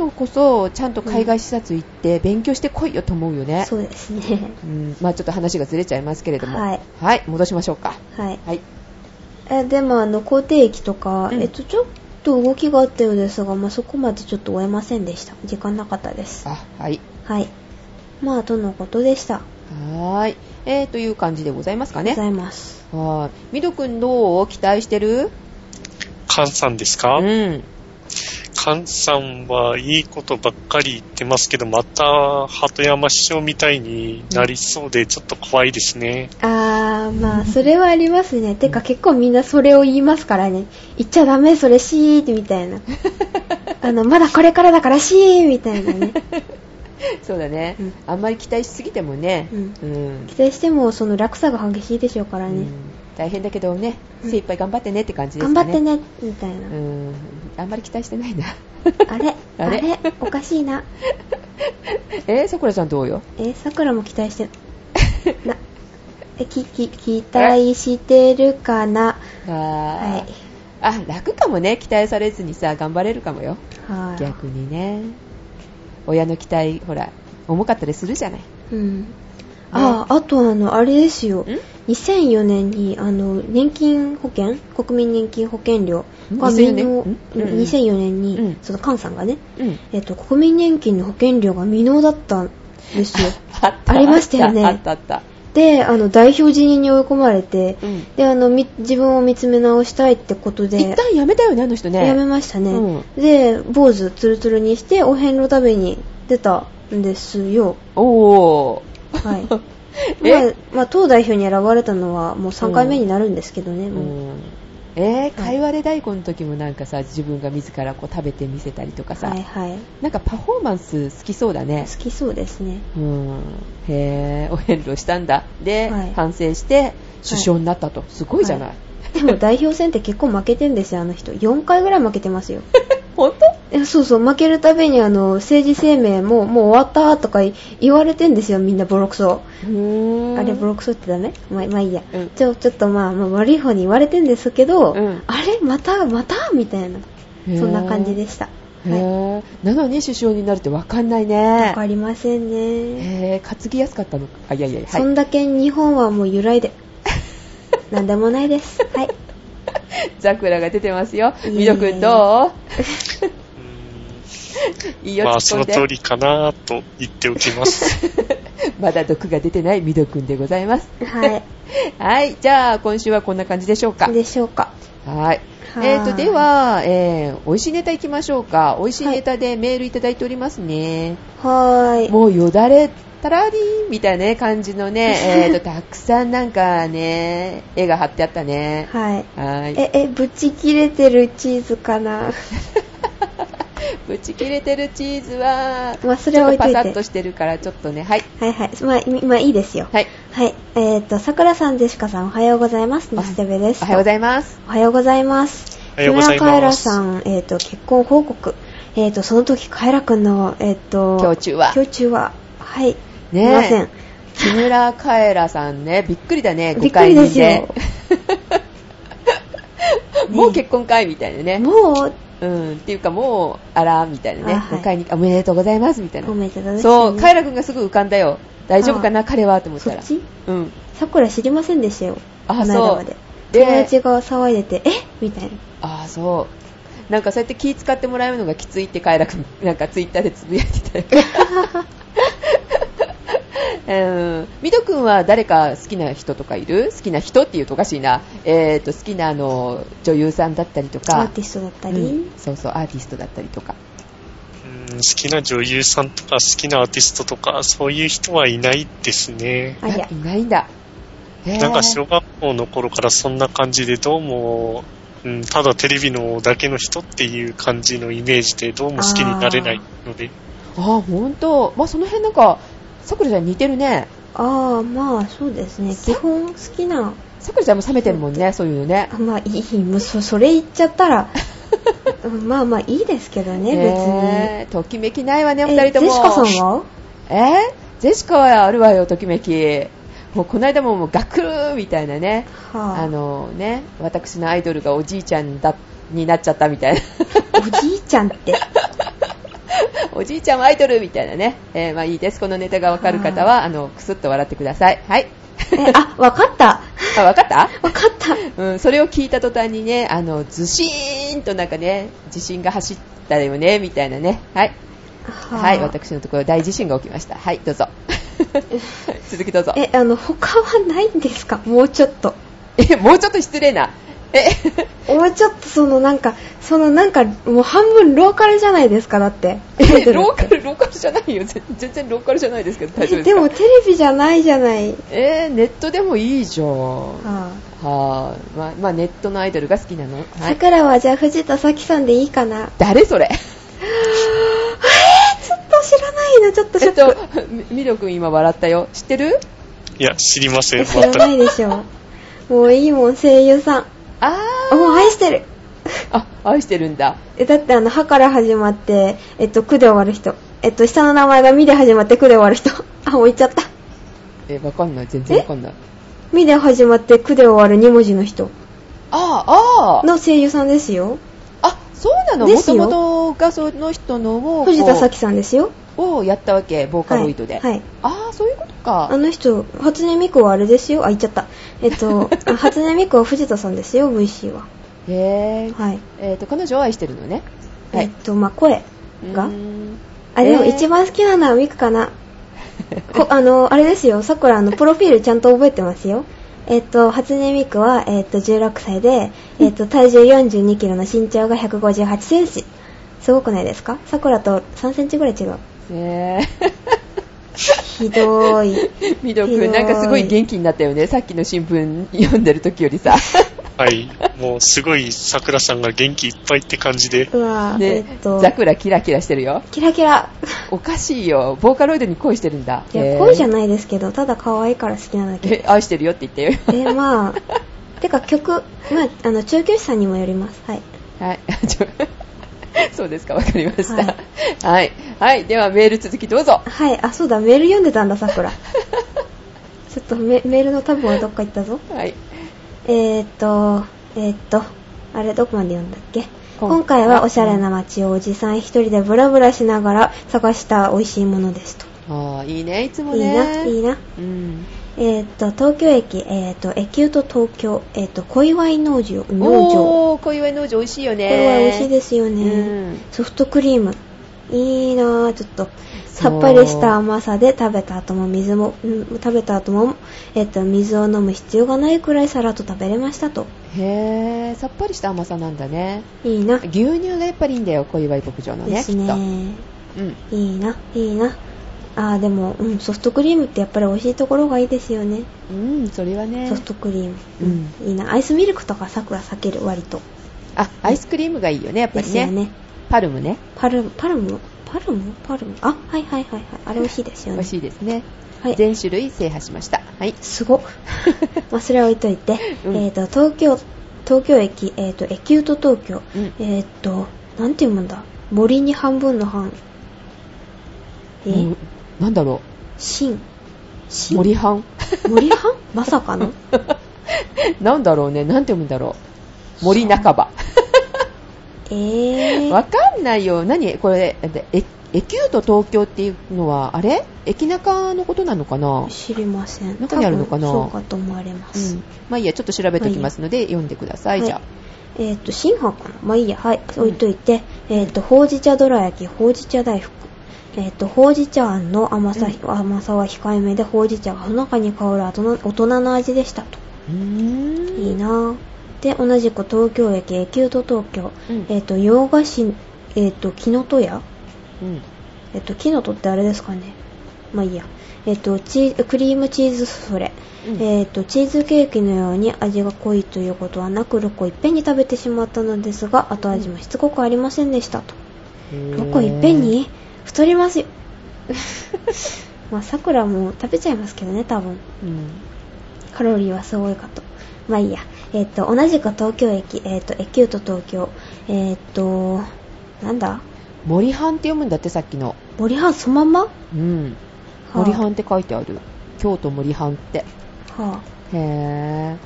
S1: いうのこそちゃんと海外視察行って勉強してこいよと思うよね、
S2: そうですね
S1: うんまあ、ちょっと話がずれちゃいますけれども、
S2: はい、
S1: 戻しましょうか、
S2: はい
S1: はい、
S2: えでもあの口蹄疫とか、
S1: うん
S2: えっとちょっと動きがあったようですが、まあ、そこまでちょっと終えませんでした時間なかったです
S1: あはい
S2: はいまあとのことでした、
S1: はーい、えー、という感じでございますか
S2: ござ
S1: ね
S2: います
S1: はーいみどくんどう期待してる
S3: カンさんですか
S1: うん
S3: カンさんはいいことばっかり言ってますけど、また鳩山師匠みたいになりそうで、ちょっと怖いですね。
S2: あーまあそれはありますねてか結構みんなそれを言いますからね言っちゃダメそれしーってみた いなあのまだこれからだからしーみたい なね
S1: そうだね、
S2: うん
S1: あんまり期待しすぎてもね、
S2: うん
S1: うん
S2: 期待してもその落差が激しいでしょうか
S1: う
S2: らね、
S1: ん大変だけどね
S2: うん
S1: 精一杯頑張ってねって感じです
S2: 頑
S1: か
S2: 張
S1: ね
S2: ってねみたいな、
S1: うんあんまり期待してないな
S2: あれ
S1: あ
S2: あ
S1: れ
S2: れおかしいな
S1: えー、さくらちゃんどうよ
S2: えさくらも期待して なえきき期待してるかなは
S1: はいあ楽かもね期待されずにさ頑張れるかもよ
S2: は
S1: 逆にね親の期待ほら重かったりするじゃない
S2: いうんああとあのあれですよ2004年にあの年金保険国民年金保険料が
S1: 2004
S2: 民
S1: 年
S2: 納
S1: うんうん
S2: 2004年に、
S1: うん
S2: その菅さんがね、
S1: うん
S2: えっと、国民年金の保険料が未納だったんですよ
S1: あった
S2: ありましたよね
S1: あったあった
S2: であの代表辞任に追い込まれて、
S1: うん
S2: であのみ自分を見つめ直したいってことで
S1: 一旦やめたよねあの人ね
S2: やめましたね、
S1: う
S2: で坊主ツルツルにしてお遍路旅に出たんですよ
S1: おお
S2: はい
S1: え
S2: まあ、まあ、党代表に選ばれたのはもう3回目になるんですけどね、
S1: う
S2: もうん
S1: えー、かいわれ大根の時もなんかさ自分が自らこう食べてみせたりとかさ、
S2: はいはい
S1: なんかパフォーマンス好きそうだね
S2: 好きそうですね
S1: うんへえお遍路したんだで、
S2: はい
S1: 反省して首相になったと、すごいじゃない、
S2: はでも代表戦って結構負けてんですよあの人4回ぐらい負けてますよ
S1: 本
S2: えそうそう負けるたびにあの政治生命ももう終わったとかい言われてんですよみんなボロクソ
S1: 当
S2: あれブロックソってダメまあ、まあいいや、
S1: うん
S2: ちょちょっとまあ、まあ、悪い方に言われてんですけど、
S1: うん
S2: あれまたまたみたいな
S1: へー
S2: そんな感じでした
S1: へ
S2: はい
S1: ーなのに首相になるって分かんないね
S2: わかりませんね、
S1: へえ担ぎやすかったのかあいやいやいや、
S2: そん
S1: はい、
S2: だけ日本はもう由 来でなんでもないですはい
S1: ザクラが出てますよ
S2: いえいえ
S1: みどくんど
S3: う
S1: ういい
S3: ーん
S1: よ
S3: まあ、そ
S1: 突っ込ん
S3: の
S1: で
S3: 通りかなと言っておきます。
S1: まだ毒が出てないみどくんでございます
S2: は
S1: はいじゃあ今週はこんな感じでしょうか
S2: いでしょうか
S1: はい。
S2: はい
S1: えー、と、では、えー、美味しいネタいきましょうか。美味しいネタでメールいただいておりますね。
S2: はーい。
S1: もうよだれ、たらりーみたいなね感じの ね、えー、と、たくさんなんかね、絵が貼ってあったね。
S2: はい。
S1: はい。
S2: え、え、ぶち切れてるチーズ かな
S1: ぶち切れてるチーズは、
S2: まあそれは置いといて
S1: ちょっとパサッとしてるから、ちょっとね、はい。
S2: はいはい。まあ、いまあいいですよ。
S1: はい。
S2: はい。えっ、と、さくらさん、ジェシカさん、おはようございます。ナステベです。
S1: おはようございます。
S2: おはようございます。
S3: おはようございます
S2: 木村カエラさん、えっ、と、結婚報告。えっ、と、その時、カエラくんの、えっ、と、
S1: 今日中は。
S2: 今日中は、はい、
S1: ね
S2: いません。
S1: 木村カエラさんね、びっくりだね、5
S2: びっくり
S1: 回
S2: で
S1: 目
S2: すよ
S1: で。 もう結婚会みたいなね。
S2: もう、
S1: うん、っていうかもう、あら、みたいなね。
S2: あはい
S1: 5回に、おめでとうございます、みたいな
S2: お。めでとうです、ね。
S1: そう、カエラくんがすぐ浮かんだよ。大丈夫かな、彼はと思っ
S2: そ
S1: た
S2: っ
S1: ら。
S2: ち
S1: うん。
S2: さくら知りませんでしたよ。
S1: あ、
S2: この間
S1: そ
S2: ま
S1: う
S2: で。。友
S1: で、
S2: 達が騒いでて、えみたいな。
S1: あ、そう。なんかそうやって気使ってもらえるのがきついってカエラくん、 なんかツイッターでつぶやいてたよ。 うん、ミド君は誰か好きな人とかいる好きな人っていうとおかしいな、えー、と好きなあの女優さんだったりとか
S2: アーティストだったり、
S1: うんそうそうアーティストだったりとか
S3: うん好きな女優さんとか好きなアーティストとかそういう人はいないですね。
S2: ありゃ
S1: い。ないんだ、へー
S3: なんか小学校の頃からそんな感じでどうも、うん、ただテレビのだけの人っていう感じのイメージでどうも好きになれないので、
S1: あ本当、まあ、その辺なんかさくらちゃん似てるね
S2: ああ、まあそうですね。基本好きな、
S1: さくらちゃんも冷めてるもんねそういうのね
S2: あまあいい、もうそそれ言っちゃっ たら、うんまあまあいいですけどね、
S1: えーときめきないわね
S2: 別に。
S1: お二人とも
S2: ジェシカさんは
S1: えージェシカはあるわよときめきもうこの間ももうガクーみたいなね
S2: は
S1: あのね、私のアイドルがおじいちゃんだになっちゃったみたいな
S2: おじいちゃんって。
S1: おじいちゃんはアイドルみたいなね、えーまあいいですこのネタがわかる方はあのクスッと笑ってくださいはい
S2: えあ、わかった。
S1: あわかった
S2: わかった。
S1: うん、それを聞いた途端にね、あの、ずしーんとなんかね、地震が走ったよね、みたいなね。はい。
S2: は
S1: はい、私のところ大地震が起きました。はい、どうぞ。 続きどうぞ。
S2: え、あの、他はないんですかもうちょっと。
S1: え、もうちょっと失礼な。え、
S2: もうちょっとそのなんか、そのなんか、もう半分ローカルじゃないですか、だって。覚えてる
S1: ローカ
S2: って
S1: ル、ローカルじゃないよ。全全然ローカルじゃないですけど、大丈夫
S2: え
S1: です
S2: で
S1: か
S2: もテレビじゃないじゃない。
S1: えーネットでもいいじゃん。
S2: は
S1: はぁ、まあ、まあ、ネットのアイドルが好きなの。
S2: あ、
S1: はい。
S2: 桜はじゃあ藤田咲さんでいいかな
S1: 誰それ
S2: ちょっと知らないな、ちょっとち
S1: え
S2: ょ
S1: っ
S2: っと。
S1: と、みみどくん今笑ったよ。知ってる
S3: いや、知りません、
S2: 知ら
S3: 全く。
S2: ないでしょ。もういいもん、声優さん。
S1: あ
S2: あもう愛してる。
S1: ー。あ、愛してるんだ。
S2: え、だってあの、はから始まって、えっと、くで終わる人。えっと、下の名前がみで始まってくで終わる人。 あ、もう言っちゃった。
S1: え、わかんない。全然わかんない。
S2: みで始まってくで終わる2文字の人
S1: ああ、ああ、
S2: の声優さんですよ。
S1: あ、そうなの。
S2: で
S1: も
S2: す
S1: と
S2: よ
S1: もとがその人のを、
S2: 藤田
S1: こ
S2: 咲さんですよ。
S1: うをやったわけ、ボーカロイドで。
S2: はい。はい
S1: ああ、そういうこと
S2: あ
S1: か。
S2: の人、初音ミクはあれですよ。あ、言っちゃった。えっ と、あ初音ミクは藤田さんですよ、VC は。
S1: へえ。
S2: はい。
S1: えっ、と、彼女を愛してるのね。は
S2: えっ
S1: い。
S2: と、まあ、声が。
S1: うーん
S2: あ、でも
S1: えー
S2: 一番好きなのはミクかな。 こあの、あれですよ、さくらのプロフィールちゃんと覚えてますよ。えっと、初音ミクは、えっと、16歳で、えっと、体重42キロの身長が158センチ。すごくないですかさくらと3センチぐらい違う。
S1: ね
S2: ひど い。
S1: え。みどく
S2: ひどい
S1: ん、なんかすごい元気になったよね。さっきの新聞読んでる時よりさ。
S3: はい。もうすごい桜さんが元気いっぱいって感じで、
S2: うわぁ、
S1: ね
S2: えっと、
S1: ザクラキラキラしてるよ。
S2: キラキラ。
S1: おかしいよ。ボーカロイドに恋してるんだ。
S2: いや、恋じゃ
S1: い。
S2: ないですけど、ただ可愛いから好きなんだけど。
S1: え、愛してるよって言ってよ。
S2: えー、まあ、てか曲、まあ、あの、中級者さんにもよります。はい。
S1: はい。ちょ そうですか、わかりました。は。
S2: はい
S1: はい。では、メール続きどうぞ。
S2: はい、あ、そうだ、メール読んでたんだ、さくら。ちょっとメメールのタブはどっか行ったぞ。
S1: はい。
S2: えー、っと、えー、っと、あれ、どこまで読んだっけ
S1: 今
S2: 今回はおしゃれな街をおじさん一人でブラブラしながら探した美味しいものですと。
S1: ああ、いいね、いつも
S2: いい
S1: ね。
S2: な、いいな。
S1: うん。
S2: えー、っと、東京駅、えー、っと、エキュート東京、えー、っと、小祝農場、農場。こ
S1: おー、小祝農場美味しいよね。
S2: れは美味しい
S1: す
S2: ですよね。
S1: うん
S2: ソフトクリーム。いいなぁ、ちょっと。
S1: そう
S2: さっぱりした甘さで食べた後も水も、うん食べた後も、えっと、水を飲む必要がないくらいさらっと食べれましたと。
S1: へえ、さっぱりした甘さなんだね。
S2: いいな。
S1: 牛乳がやっぱりいいんだよ、小岩井牧場のね、
S2: です
S1: きっと。
S2: ね。
S1: うん。
S2: いいな、いいな。あーでも、うん、ソフトクリームってやっぱり美味しいところがいいですよね。
S1: うん、それはね
S2: ソ。フトクリーム。
S1: うん。
S2: いいな。アイスミルクとかさくら避ける、割と。
S1: あ、アイスクリームがいいよね、やっぱ
S2: で
S1: り
S2: すよ
S1: ね。
S2: ね。
S1: パルムね。
S2: パルム、パルム、パルムパルム。あ、はいはいはいはい。あれ美味しいです
S1: 美
S2: よ
S1: 味し
S2: ね。
S1: いですね。
S2: はい。
S1: 全種類制覇しました。はい。
S2: すごっ まあそれは置いといて、
S1: うん
S2: えっと東京東京駅、えっとエキュート東京、
S1: うん
S2: えっとなんて読むんだ森に半分の半え、
S1: もうなんだろ
S2: 新
S1: う。
S2: 新
S1: 森藩
S2: 森半まさかの
S1: なんだろうね。なんて読むんだろう。森半ば。
S2: えー、
S1: わかんないよ。何これ、だってエエキュート東京っていうのは、あれ駅中のことなのかな
S2: 知りません
S1: 中にあるのかな
S2: 多分そうかと思われま
S1: う
S2: す、
S1: ん。まあいいや、ちょっと調べておきますので、読んでください、
S2: はい
S1: じゃあ。
S2: えっ、と新派かなまあいいやはい
S1: うん
S2: 置いといて、えっ、とほうじ茶どら焼きほうじ茶大福えっ、とほうじ茶あんの甘さ,、
S1: う
S2: 甘さは控えめでほうじ茶がほのかに香る大人大人の味でしたと
S1: うーん
S2: いいなぁ。で、同じく東京駅、エキュート東京。
S1: うん
S2: えっ、と、洋菓子、えっ、と、木の戸屋
S1: うん。
S2: えっ、と、木の戸ってあれですかね。まあいいや。えっ、と、チークリームチーズスフレ。
S1: うん
S2: えっ、と、チーズケーキのように味が濃いということはなく、6個いっぺんに食べてしまったのですが、後味もしつこくありませんでしたと。6個いっぺんに太りますよ。 まあ、桜も食べちゃいますけどね、多分。
S1: うん。
S2: カロリーはすごいかと。まあいいや。えっ、と、同じく東京駅、えっ、と、エキュート東京、えっ、と、なんだ
S1: 森藩って読むんだって、さっきの。
S2: 森藩そのままは
S1: うん。
S2: あ
S1: 森藩って書いてある。京都森藩って。
S2: はあ、
S1: へ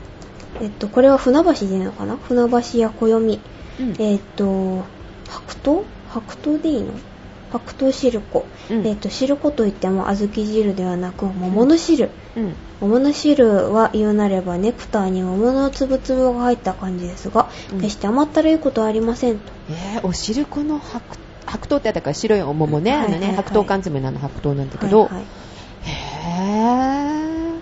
S1: ぇ
S2: えっ、と、これは船橋でいいのかな船橋や暦。
S1: ー。
S2: えっ、と、白桃白桃でいいの白桃汁粉。
S1: うん
S2: えっ、と、汁粉といっても小豆汁ではなく、桃の汁。
S1: うん。
S2: 桃の汁は言うなればネクターに桃の粒々が入った感じですが、
S1: うん
S2: 決して甘ったるいことはありませんと。
S1: えー、お汁粉の白、白桃ってあったから白いお桃ね。
S2: はい
S1: あ
S2: はいは
S1: の
S2: い
S1: ね、白桃缶詰なの白桃なんだけど。
S2: はいはい
S1: へぇ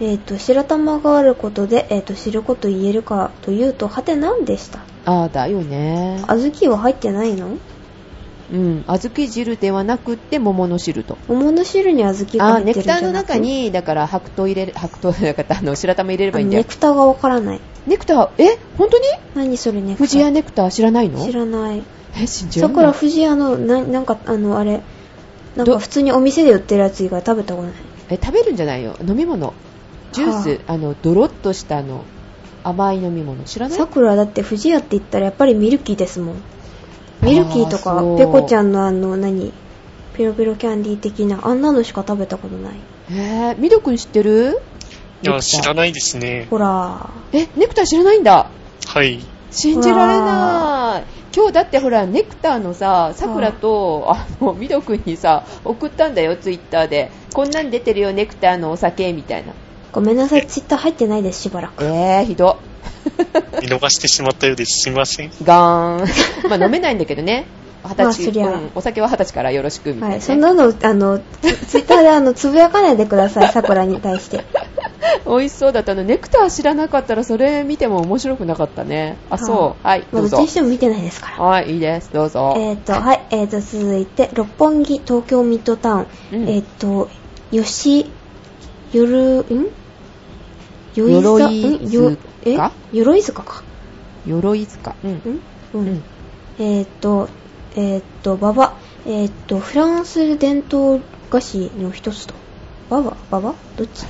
S2: えっ、と、白玉があることで、えっ、と、知ること言えるかというと、はてなんでした
S1: ー。ああ、だよね。
S2: 小豆は入ってないの
S1: うん。小豆汁ではなくって桃の汁と。
S2: 桃の汁に小豆が
S1: ああ、
S2: 入って
S1: ネ
S2: る
S1: ク
S2: んじ
S1: ター
S2: ゃなく
S1: の中に、だから白桃入れる、白桃じゃなかった、あの、白玉入れればいいんだ
S2: ネ
S1: よ。
S2: クターがわからない。
S1: ネクター、え本当に
S2: 何それネクター
S1: 藤屋ネクター知らないの
S2: 知らない。
S1: え、信じら
S2: だ
S1: れ
S2: か
S1: な
S2: ら
S1: い。
S2: 藤屋の、ななんか、あの、あれ、なん
S1: ど
S2: か普通にお店で売ってるやつ以外食べたことない。
S1: え、食べるんじゃないよ。飲み物。ジュース、あの、ドロッとしたあの、甘い飲み物。知らない
S2: さくらだって藤屋って言ったらやっぱりミルキーですもん。ミルキーと
S1: あー
S2: か
S1: そ、う
S2: ペコちゃんのあの、何ピロピロキャンディー的な、あんなのしか食べたことない。
S1: えー、ミドくん知ってる
S3: いや、知ら
S1: い。
S3: ないですね。
S2: ほら
S1: え、ネクター知らないんだ。
S3: はい。
S1: 信じられない。今日だってほら、ネクターのさ、さくらと、あの、ミドくんにさ、送ったんだよ、ツイッターで。こんなん出てるよ、ネクターのお酒、みたいな。
S2: ごめんなさい、ツイッター入ってないです、しばらく。
S1: えー、ひど。
S3: 見逃してしまったようです。すみません。
S1: ガーン。 まあ飲めないんだけどね。二
S2: まあ
S1: 十
S2: そ
S1: 歳、
S2: りゃ
S1: うんお酒は二十歳からよろしくみたいな、
S2: は
S1: ね
S2: い、そんなの、あの、ツツイッターであの、つぶやかないでください、桜に対して。
S1: 美味しそうだったの。ネクター知らなかったらそれ見ても面白くなかったね。あ、そう。はい、
S2: まあ、
S1: どう
S2: どっち
S1: ぞ
S2: にし。ても見てないですから。
S1: はい、いいです。どうぞ。
S2: えっ、と、はい、えっ、と、続いて、六本木、東京ミッドタウン、
S1: うん
S2: えっ、と、吉、よる、んよ
S1: 鎧
S2: んよ、え
S1: 塚
S2: 鎧塚か。
S1: 鎧塚。うん。
S2: んう
S1: うんん。
S2: えっ、と、えっ、と、ババ、えっ、と、フランス伝統菓子の一つと。ババババどっち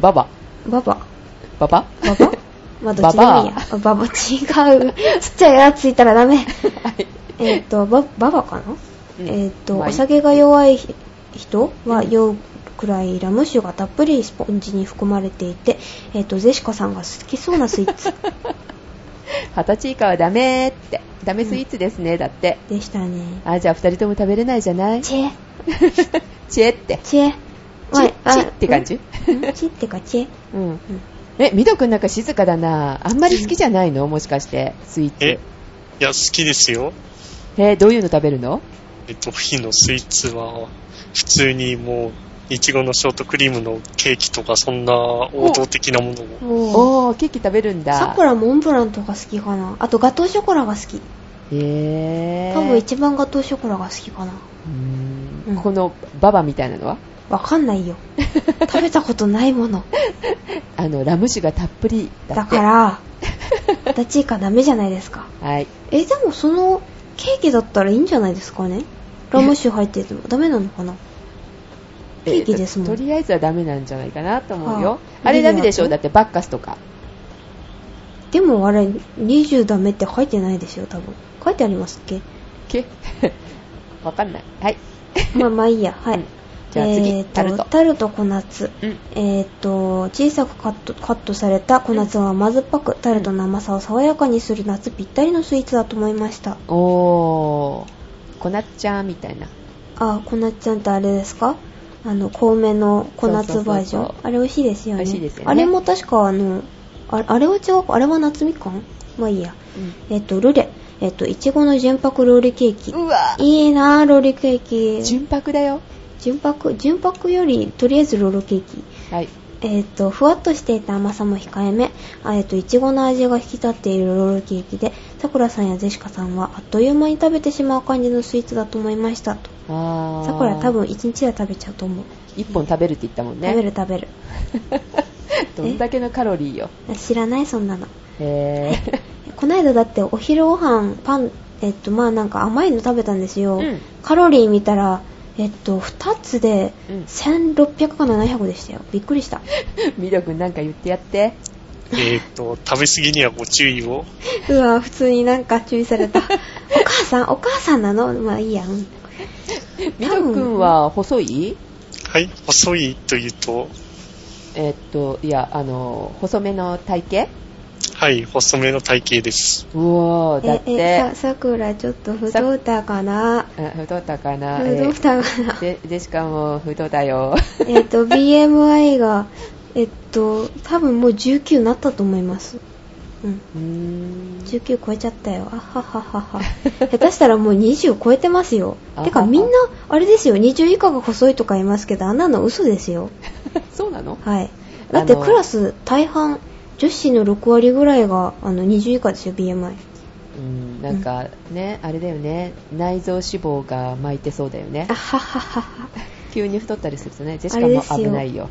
S1: ババ。
S2: ババ
S1: ババ
S2: ババまあ、どっちでもいいや。あババ違う。ちっちゃいやついたらダ メ。
S1: はい。
S2: えっと、バババかな、
S1: うん
S2: えっと、
S1: まあい
S2: お
S1: い
S2: 酒が弱い人は
S1: うん
S2: 酔うくらいラム酒がたっぷりスポンジに含まれていて、えっと、ゼシカさんが好きそうなスイーツ
S1: 二十歳以下はダメって。ダメスイーツですね、だって。
S2: でしたね。
S1: あ、じゃあ二人とも食べれないじゃない
S2: チェ、
S1: チェって。
S2: チェ、
S1: チェ、
S2: あ
S1: チェって感じ
S2: んチェってかチェ。
S1: うん。え、ミドくんなんか静かだな。あんまり好きじゃないのもしかして、スイー
S3: え
S1: ツ。
S3: いや、好きですよ。
S1: へえ、どういうの食べるの
S3: えっと、日のスイーツは、普通にもう、いちごのショートクリームのケーキとか、そんな王道的なものを。
S2: もう、
S1: おー、ケーキ食べるんだ。
S2: さくらモンブランとか好きかな。あと、ガトーショコラが好き。
S1: へえ。
S2: 多分一番ガトーショコラが好きかな。
S1: うー
S2: うんん
S1: このババみたいなのは
S2: わか んないよ。食べたことないもの。
S1: あの、ラム酒がたっぷりだ
S2: だ
S1: って
S2: から、私以下ダメじゃないですか。
S1: はい。
S2: え、でもその、ケーキだったらいいんじゃないですかねラム酒入っててもダメなのかなケーキですもん
S1: えととりあえずはダメなんじゃないかなと思うよ。
S2: あ
S1: あれダメでしょ
S2: いいの
S1: だってバッカスとか。
S2: でもあれ、20ダメって書いてないですよ、多分。書いてあります っけ
S1: けわかんない。はい。
S2: まあまあいいや、はい。
S1: じゃあ次、
S2: えーと
S1: タルト。
S2: タルト小夏。
S1: うん。
S2: えーっと、小さくカットカットされた小夏は甘酸っぱく、タルトの甘さを爽やかにする夏ぴったりのスイーツだと思いました。
S1: おー、こなっちゃんみたいな。
S2: あ、小夏ちゃんってあれですかあの、小梅の小夏バ
S1: そうそう
S2: ージョン。
S1: そうそう
S2: あれ美味しいですよね。
S1: 美味しいですよね
S2: あれも確かあの、ああれは違うかあれは夏みかんまあいいや。えーっと、ルレ。えーっと、いちごの純白ロールケーキ。
S1: うわ
S2: いいなぁ、ロールケーキ。
S1: 純白だよ。
S2: 純白純白よりとりあえずロールケーキ
S1: はい。
S2: えっ、とふわっとしていた甘さも控えめあえっ、といちごの味が引き立っているロールケーキでさくらさんやジェシカさんはあっという間に食べてしまう感じのスイーツだと思いましたと
S1: あー
S2: さくら多分。1日で食べちゃうと思う、
S1: 一本食べるって言ったもんね。
S2: 食べる食べる
S1: どんだけのカロリーよ。
S2: 知らないそんなの
S1: へー。
S2: こないだだってお昼ご飯パンえっ、とまあなんか甘いの食べたんですよ、
S1: うん
S2: カロリー見たらえっ、と2つで
S1: うん
S2: 1600か700でしたよびっくりした
S1: みどくんなんか言ってやって。
S3: えっと、食べ過ぎにはご注意を。
S2: うわ、普通になんか注意さ れた。お母さん、お母さんなのまあいいや。うん
S1: みどくんは細い
S3: はい、細いというと、
S1: えっと、いや、あの、細めの体型
S3: はい、細めの体型です。
S1: うおー、だっ
S2: え、え、さ、
S1: て、
S2: さくらちょっと不動たかな。
S1: あ太ったかな、
S2: 不動たかな。
S1: で、でしかも太だよ。
S2: えっと、BMI が、えっと、多分もう19になったと思います。うん。
S1: うーん
S2: 19超えちゃったよ。あはは はは。下手したらもう20超えてますよ
S1: あは。は
S2: てかみんな、あれですよ、20以下が細いとか言いますけど、あんなの嘘ですよ。
S1: そうなの
S2: はい。だって
S1: あの
S2: クラス大半、女子の6割ぐらいがあの20以下ですよ、BMI。
S1: うん、なんかね、あれだよね、内臓脂肪が巻いてそうだよね
S2: あ。はははは。
S1: 急に太ったりするとね、ジェ
S2: あ
S1: シカ
S2: れで
S1: も
S2: すよ。
S1: 危ないよ。
S2: ん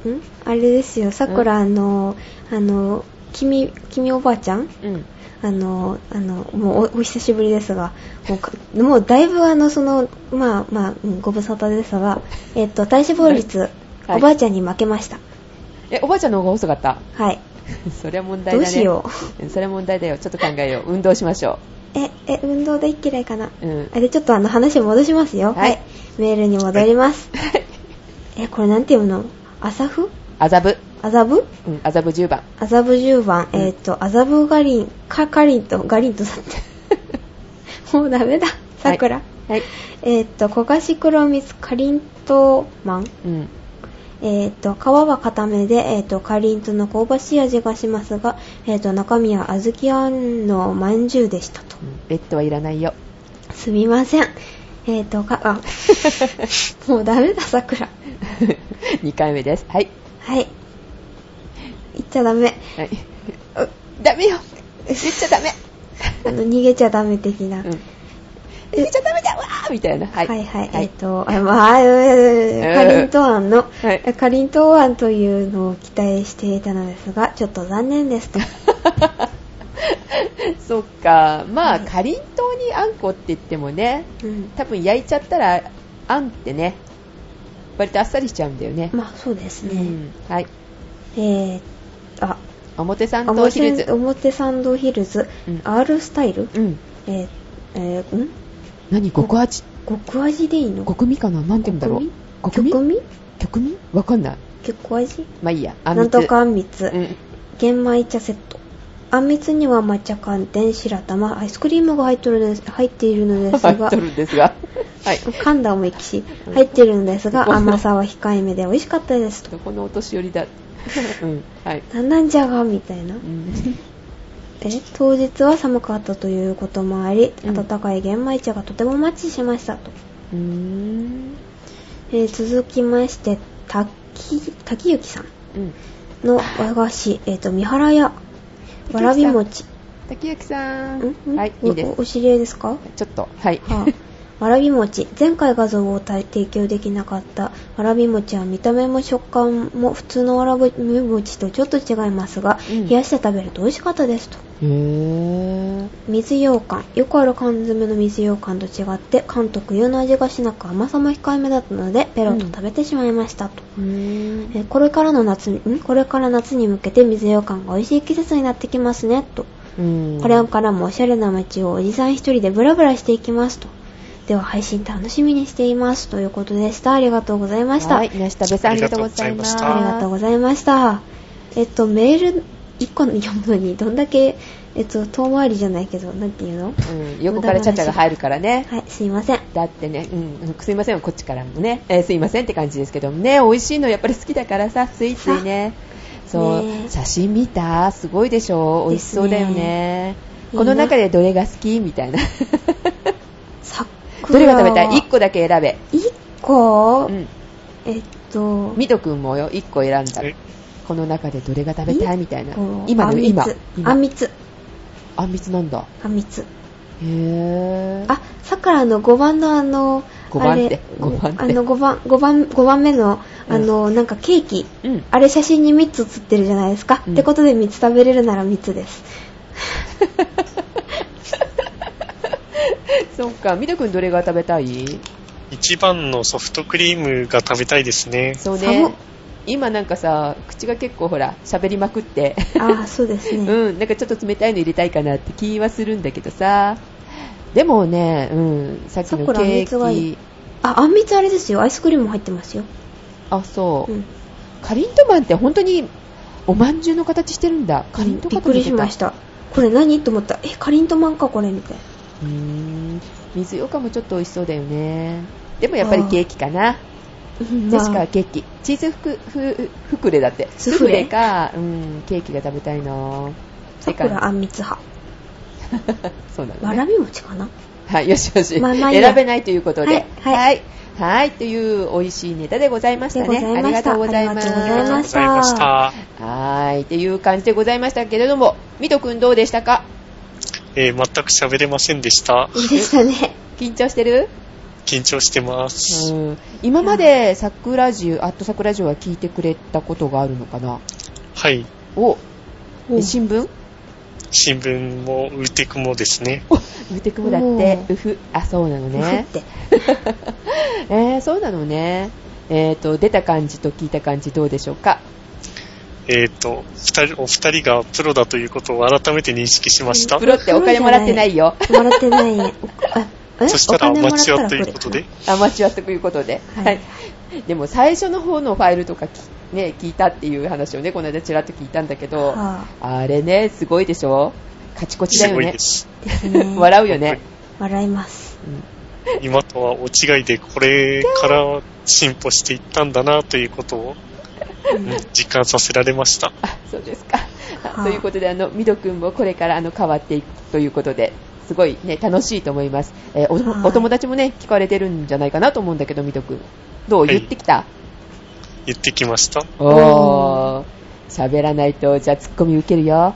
S2: あれですよ、さくら、あの、あの、君、君おばあちゃん
S1: うん。
S2: あの、あの、もうおお久しぶりですが、もうか、もうだいぶあの、その、まあまあ、うんご無沙汰ですが、えっと、体脂肪率、
S1: はい
S2: おばあちゃんに負けました。
S1: え、おばあちゃんの方が細かった
S2: はい。
S1: そりゃ問題だ
S2: ど
S1: ね。
S2: うしよ
S1: うんそれは問題だよ。ちょっと考えよう。運動しましょ
S2: う。え、え、運動で嫌いかな
S1: う。うん。
S2: あれちょっとあの話戻しますよ。
S1: はい
S2: メールに戻ります。え、これなんていうの麻布
S1: 麻布。
S2: 麻布
S1: うん、麻布10番。
S2: 麻布10番。
S1: うん
S2: えっ、と、麻布ガリン、か、かりんと、ガリンとさんって。 もうダメだ。桜。
S1: はい。
S2: えっ、と、焦がし黒蜜かりんとうまん。
S1: うん。
S2: えっ、と、皮は固めで、えっ、と、かりんとうの香ばしい味がしますが、えっ、と、中身は小豆あんのまんじゅうでしたと。
S1: ベッドはいらないよ。
S2: すみません。えっ、と、か、あ、 もうダメだ、桜。
S1: 2回目です。はい。
S2: はい。言っちゃダメ。
S1: はい。ダメよ言っちゃダメ
S2: あの、逃げちゃダメ的な。
S1: うん。言っちゃダメだわーみたいな。は。
S2: はいい、はい、はい
S1: は
S2: えっ、
S1: い。
S2: と、あ、まあ、えー、かりんとうあんの、
S1: はい
S2: かりんとうあんというのを期待していたのですが、ちょっと残 念ですと。
S1: そっか。まあ、
S2: はい
S1: かりんとうにあんこって言ってもね、
S2: うん。
S1: 多分焼いちゃったら、あんってね、割とあっさりしちゃうんだよね。
S2: まあ、そうです
S1: う
S2: ね。
S1: ん。はい。
S2: えー、あ、
S1: 表参道ヒル
S2: 表
S1: ズ。
S2: 表参道ヒルズ、
S1: うん
S2: R スタイル、
S1: うん。
S2: えー、えー、ん
S1: 何極味
S2: 極味でいいの
S1: 極味かななんて言うんだろう。極味
S2: 極味
S1: 極味わかんない。
S2: 極味
S1: まあいいや。あん
S2: な
S1: み
S2: ん
S1: つ
S2: とかあんみつ。
S1: うん。
S2: 玄米茶セットあんみつには抹茶寒天白玉アイスクリームが入っとるのです入っているのです
S1: 入っ
S2: が
S1: とるんですが。はい。
S2: 噛んだ思いっきし入っているのです
S1: うん
S2: が甘さは控えめで美味しかったですと
S1: ど このお年寄りだ。うん。はい。
S2: なんなんじゃがみたいな
S1: うん
S2: え当日は寒かったということもあり
S1: うん
S2: 温かい玄米茶がとてもマッチしましたと、
S1: うーん。
S2: えー続きまして滝滝幸さん
S1: うん。
S2: の和菓子、えっと三原屋わらび餅
S1: 竹内さん。
S2: ん
S1: はい、
S2: お
S1: いいです
S2: お。お知り合いですか
S1: ちょっと、はい。
S2: はあ、わらび餅前回画像を提供できなかったわらび餅は見た目も食感も普通のわらび餅とちょっと違いますが、
S1: うん
S2: 冷やして食べると美味しかったですと
S1: へー。
S2: 水羊羹よくある缶詰の水羊羹と違って缶特有の味がしなく甘さも控えめだったのでペロッと食べてしまいましたと、
S1: うーん
S2: えーこれからの夏にんこれから夏に向けて水羊羹が美味しい季節になってきますねと
S1: うん
S2: これからもおしゃれな街をおじさん一人でブラブラしていきますと。では配信楽しみにしていますということでした。ありがとうございました。
S1: はい、なしたべさん、ありがとうございました。
S2: ありがとうございました。えっと、メール1個読むのにどんだけ、えっと、遠回りじゃないけど、なんていうの
S1: うん、横からチャチャが入るからね。
S2: はい、すいません。
S1: だってね、うん、すいません、こっちからもね、えーすいませんって感じですけどもね、美味しいのやっぱり好きだからさ、ついついね。そう、
S2: ね
S1: 写真見たすごいでしょ美味しそうだよね
S2: です
S1: この中でどれが好きみた いな。
S2: さ
S1: どれが食べたい ?1 個だけ選べ。
S2: 個。1個、
S1: うん。
S2: えっと、
S1: ミト君もよ、1個選んだら
S3: え。
S1: この中でどれが食べたいみたいな
S2: こ。う
S1: 今の、今。
S2: あん
S1: 今。
S2: みつ。
S1: あんみつなんだ。
S2: あんみつ。
S1: へぇー。
S2: あ、さくらの5番のあの、
S1: 5番
S2: あれ
S1: って5番って
S2: あの5番、5番、5番目の、あの、なんかケーキ。
S1: うん。
S2: あれ写真に3つ写ってるじゃないですか。
S1: うん
S2: ってことで3つ食べれるなら3つです。
S1: そうか、ミト君どれが食べたい
S3: 一番のソフトクリームが食べたいですね。
S1: そう
S2: 寒っ
S1: ね。今なんかさ、口が結構ほら、喋りまくって。
S2: ああ、そうですね。
S1: うん、なんかちょっと冷たいの入れたいかなって気はするんだけどさ。でもね、うん、さっきの
S2: 桜
S1: ケ
S2: 蜜は
S1: ー
S2: い
S1: キ
S2: い。あ、あんみつあれですよ。アイスクリーム入ってますよ。
S1: あ、そう。
S2: うん。
S1: カリントマンって本当におまんじゅうの形してるんだ。カリント
S2: び
S1: マ
S2: っ
S1: ンと
S2: く
S1: 似
S2: り
S1: て
S2: しました。これ何と思った。え、かりんとまんか、これみたいな。
S1: うーん。水よかもちょっと美味しそうだよね。でもやっぱりケーキかな。
S2: うん
S1: ジェシカはケーキ。チーズふく、ふ、ふくれだって。ス
S2: スフ
S1: フ
S2: レ
S1: レか、うん、ケーキが食べたいな
S2: さくらあんみつ派。
S1: そうなの、ね。
S2: わらび餅かな
S1: はい、よしよし。
S2: まあまあいいや
S1: 選べないということで。
S2: はいはい
S1: はい。はいという美味しいネタでございましたね。
S2: でござ
S1: あ
S2: い
S1: り
S2: ま
S1: が
S2: した
S1: とうございます。
S2: ありがとうございま
S3: ありがとうございました。
S1: はい。という感じでございましたけれども、ミト君どうでしたか
S3: えー全く喋れませんでした。
S2: いいでしたね。
S1: 緊張してる
S3: 緊張してます。
S1: うん。今まで桜ジュアット桜ジュは聞いてくれたことがあるのかな
S3: はい。
S1: お、
S2: うん
S1: え新聞
S3: 新聞もウーテクもですね。
S1: ウテクモだって、
S2: お
S1: うふ、あ、そうなの
S2: ふ
S1: ね
S2: っ。て。
S1: えー、そうなのね。えっ、と、出た感じと聞いた感じどうでしょうか
S3: えっ、と、二人、お二人がプロだということを改めて認識しました
S1: プ。ロってお金もらってないよ。
S2: もらっ てない。おあえ
S3: そしたら
S2: お
S3: ア
S2: 金も
S3: マ
S2: らっ
S3: チ
S2: た
S3: ュ
S2: ら
S3: アということで
S2: こ。
S1: アマチュアということで、
S2: はい
S1: はいでも最初の方のファイルとかき、ね、聞いたっていう話をねこの間ちらっと聞いたんだけ
S2: れ
S1: ど、
S2: かは
S1: あれねすごいでしょカチコチだ
S3: す
S1: よ
S3: ごい
S1: ね
S3: で、す。
S2: あ、ですね。
S1: 笑うよね、
S2: 笑います。
S3: 今とは大違いで、これから進歩していったんだなということを、うん実感させられました。
S1: あそうですか、
S2: はあ
S1: ということであのミド君もこれからあの変わっていくということですごいね楽しいと思います、えーお
S2: はい
S1: お友達もね聞かれてるんじゃないかなと思うんだけどミド君どう
S3: はい
S1: 言ってきた、
S3: 言ってきました。は
S1: おー喋らないとじゃあツッコミ受けるよ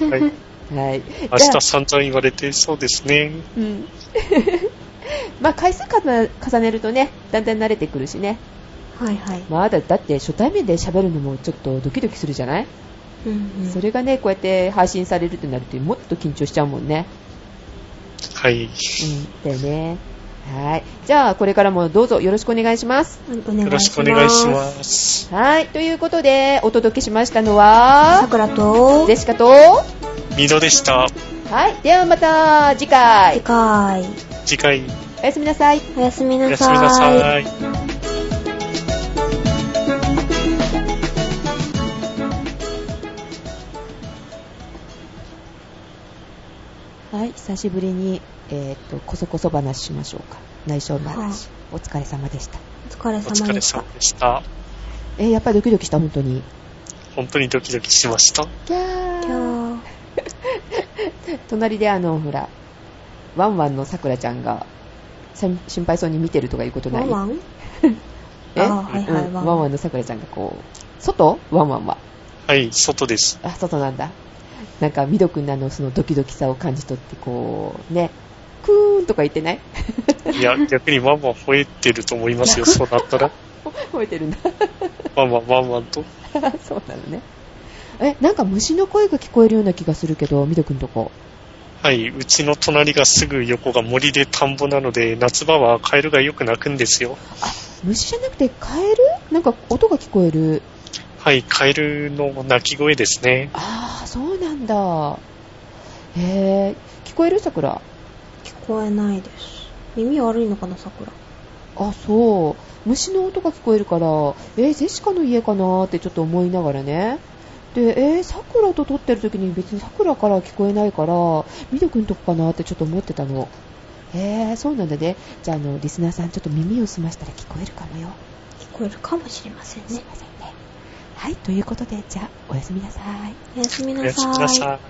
S3: い。 明
S1: はいじゃあ
S3: 日散々言われてそうですね。
S1: うん。 まあ回数重ね重ねるとね、だんだん慣れてくるしね。
S2: はいはい。
S1: まあだだって初対面で喋るのもちょっとドキドキするじゃない、
S2: うんうん
S1: それがね、こうやって配信されるとなるともっと緊張しちゃうもんね。
S3: はい。
S1: うん。だよね。はい。じゃあこれからもどうぞよろしくお願いします。
S2: よ
S3: よろしくお願いします。
S1: はい。ということで、お届けしましたのは
S2: さ、くらと
S1: ジェシカと、は
S3: ミドでした。
S1: い。ではまた次
S2: 次
S1: 回。
S2: 回
S3: 次回、
S1: おやすみなさい。
S2: おやすみ
S3: お
S2: な
S3: やす
S2: さ
S3: みな
S2: ーい
S3: さい。
S1: はい、久しぶりに、えーっと、こそこそ話しましょうか。内緒話。お疲れ様でした。
S2: お疲れ
S3: お
S2: 様
S3: 疲
S2: で
S3: れ
S2: した
S3: 様でした。
S1: えーやっぱりドキドキした、本当に。
S3: 本当にドキドキしました。
S1: キャー
S2: 今日
S1: 隣であの、ほら、ワンワンのさくらちゃんが、さ心配そうに見てるとかいうことな
S2: ワ
S1: い
S2: ンワン
S1: え
S2: あーはいはい
S1: うん
S2: ワンワン
S1: ワンワンのさくらちゃんがこう、外ワンワンは。
S3: はい、外です。
S1: あ、外なんだ。なんか、みどくんのあの、そのドキドキさを感じ取って、こう、ね、クーンとか言ってない
S3: いや、逆にワンワン吠えてると思いますよ、そうなったら。
S1: 覚えてるんだ。
S3: ワンワン、ワンワンと。
S1: そうなのね。え、なんか虫の声が聞こえるような気がするけど、みどくんとこ。
S3: はい、うちの隣がすぐ横が森で田んぼなので、夏場はカエルがよく鳴くんですよ。
S1: 虫じゃなくてカエルなんか音が聞こえる。
S3: はい、カエルの鳴き声ですね。
S1: ああ、そうなんだ。へえ、聞こえる桜。
S2: 聞こえないです。耳悪いのかな、桜。
S1: あ、そう。虫の音が聞こえるから、えー、ジェシカの家かなーってちょっと思いながらね。で、えー、桜と撮ってる時に別に桜から聞こえないから、ミド君とこかなーってちょっと思ってたの。へえ、そうなんだね。じゃあ、あの、リスナーさんちょっと耳を澄ましたら聞こえるかもよ。
S2: 聞こえるかもしれません
S1: すい
S2: ね。
S1: ませんね。はい、ということで、じゃあ、おやすみなさい。
S2: おやすみ
S3: お
S2: な
S3: やすみな
S2: さい
S3: さ。い。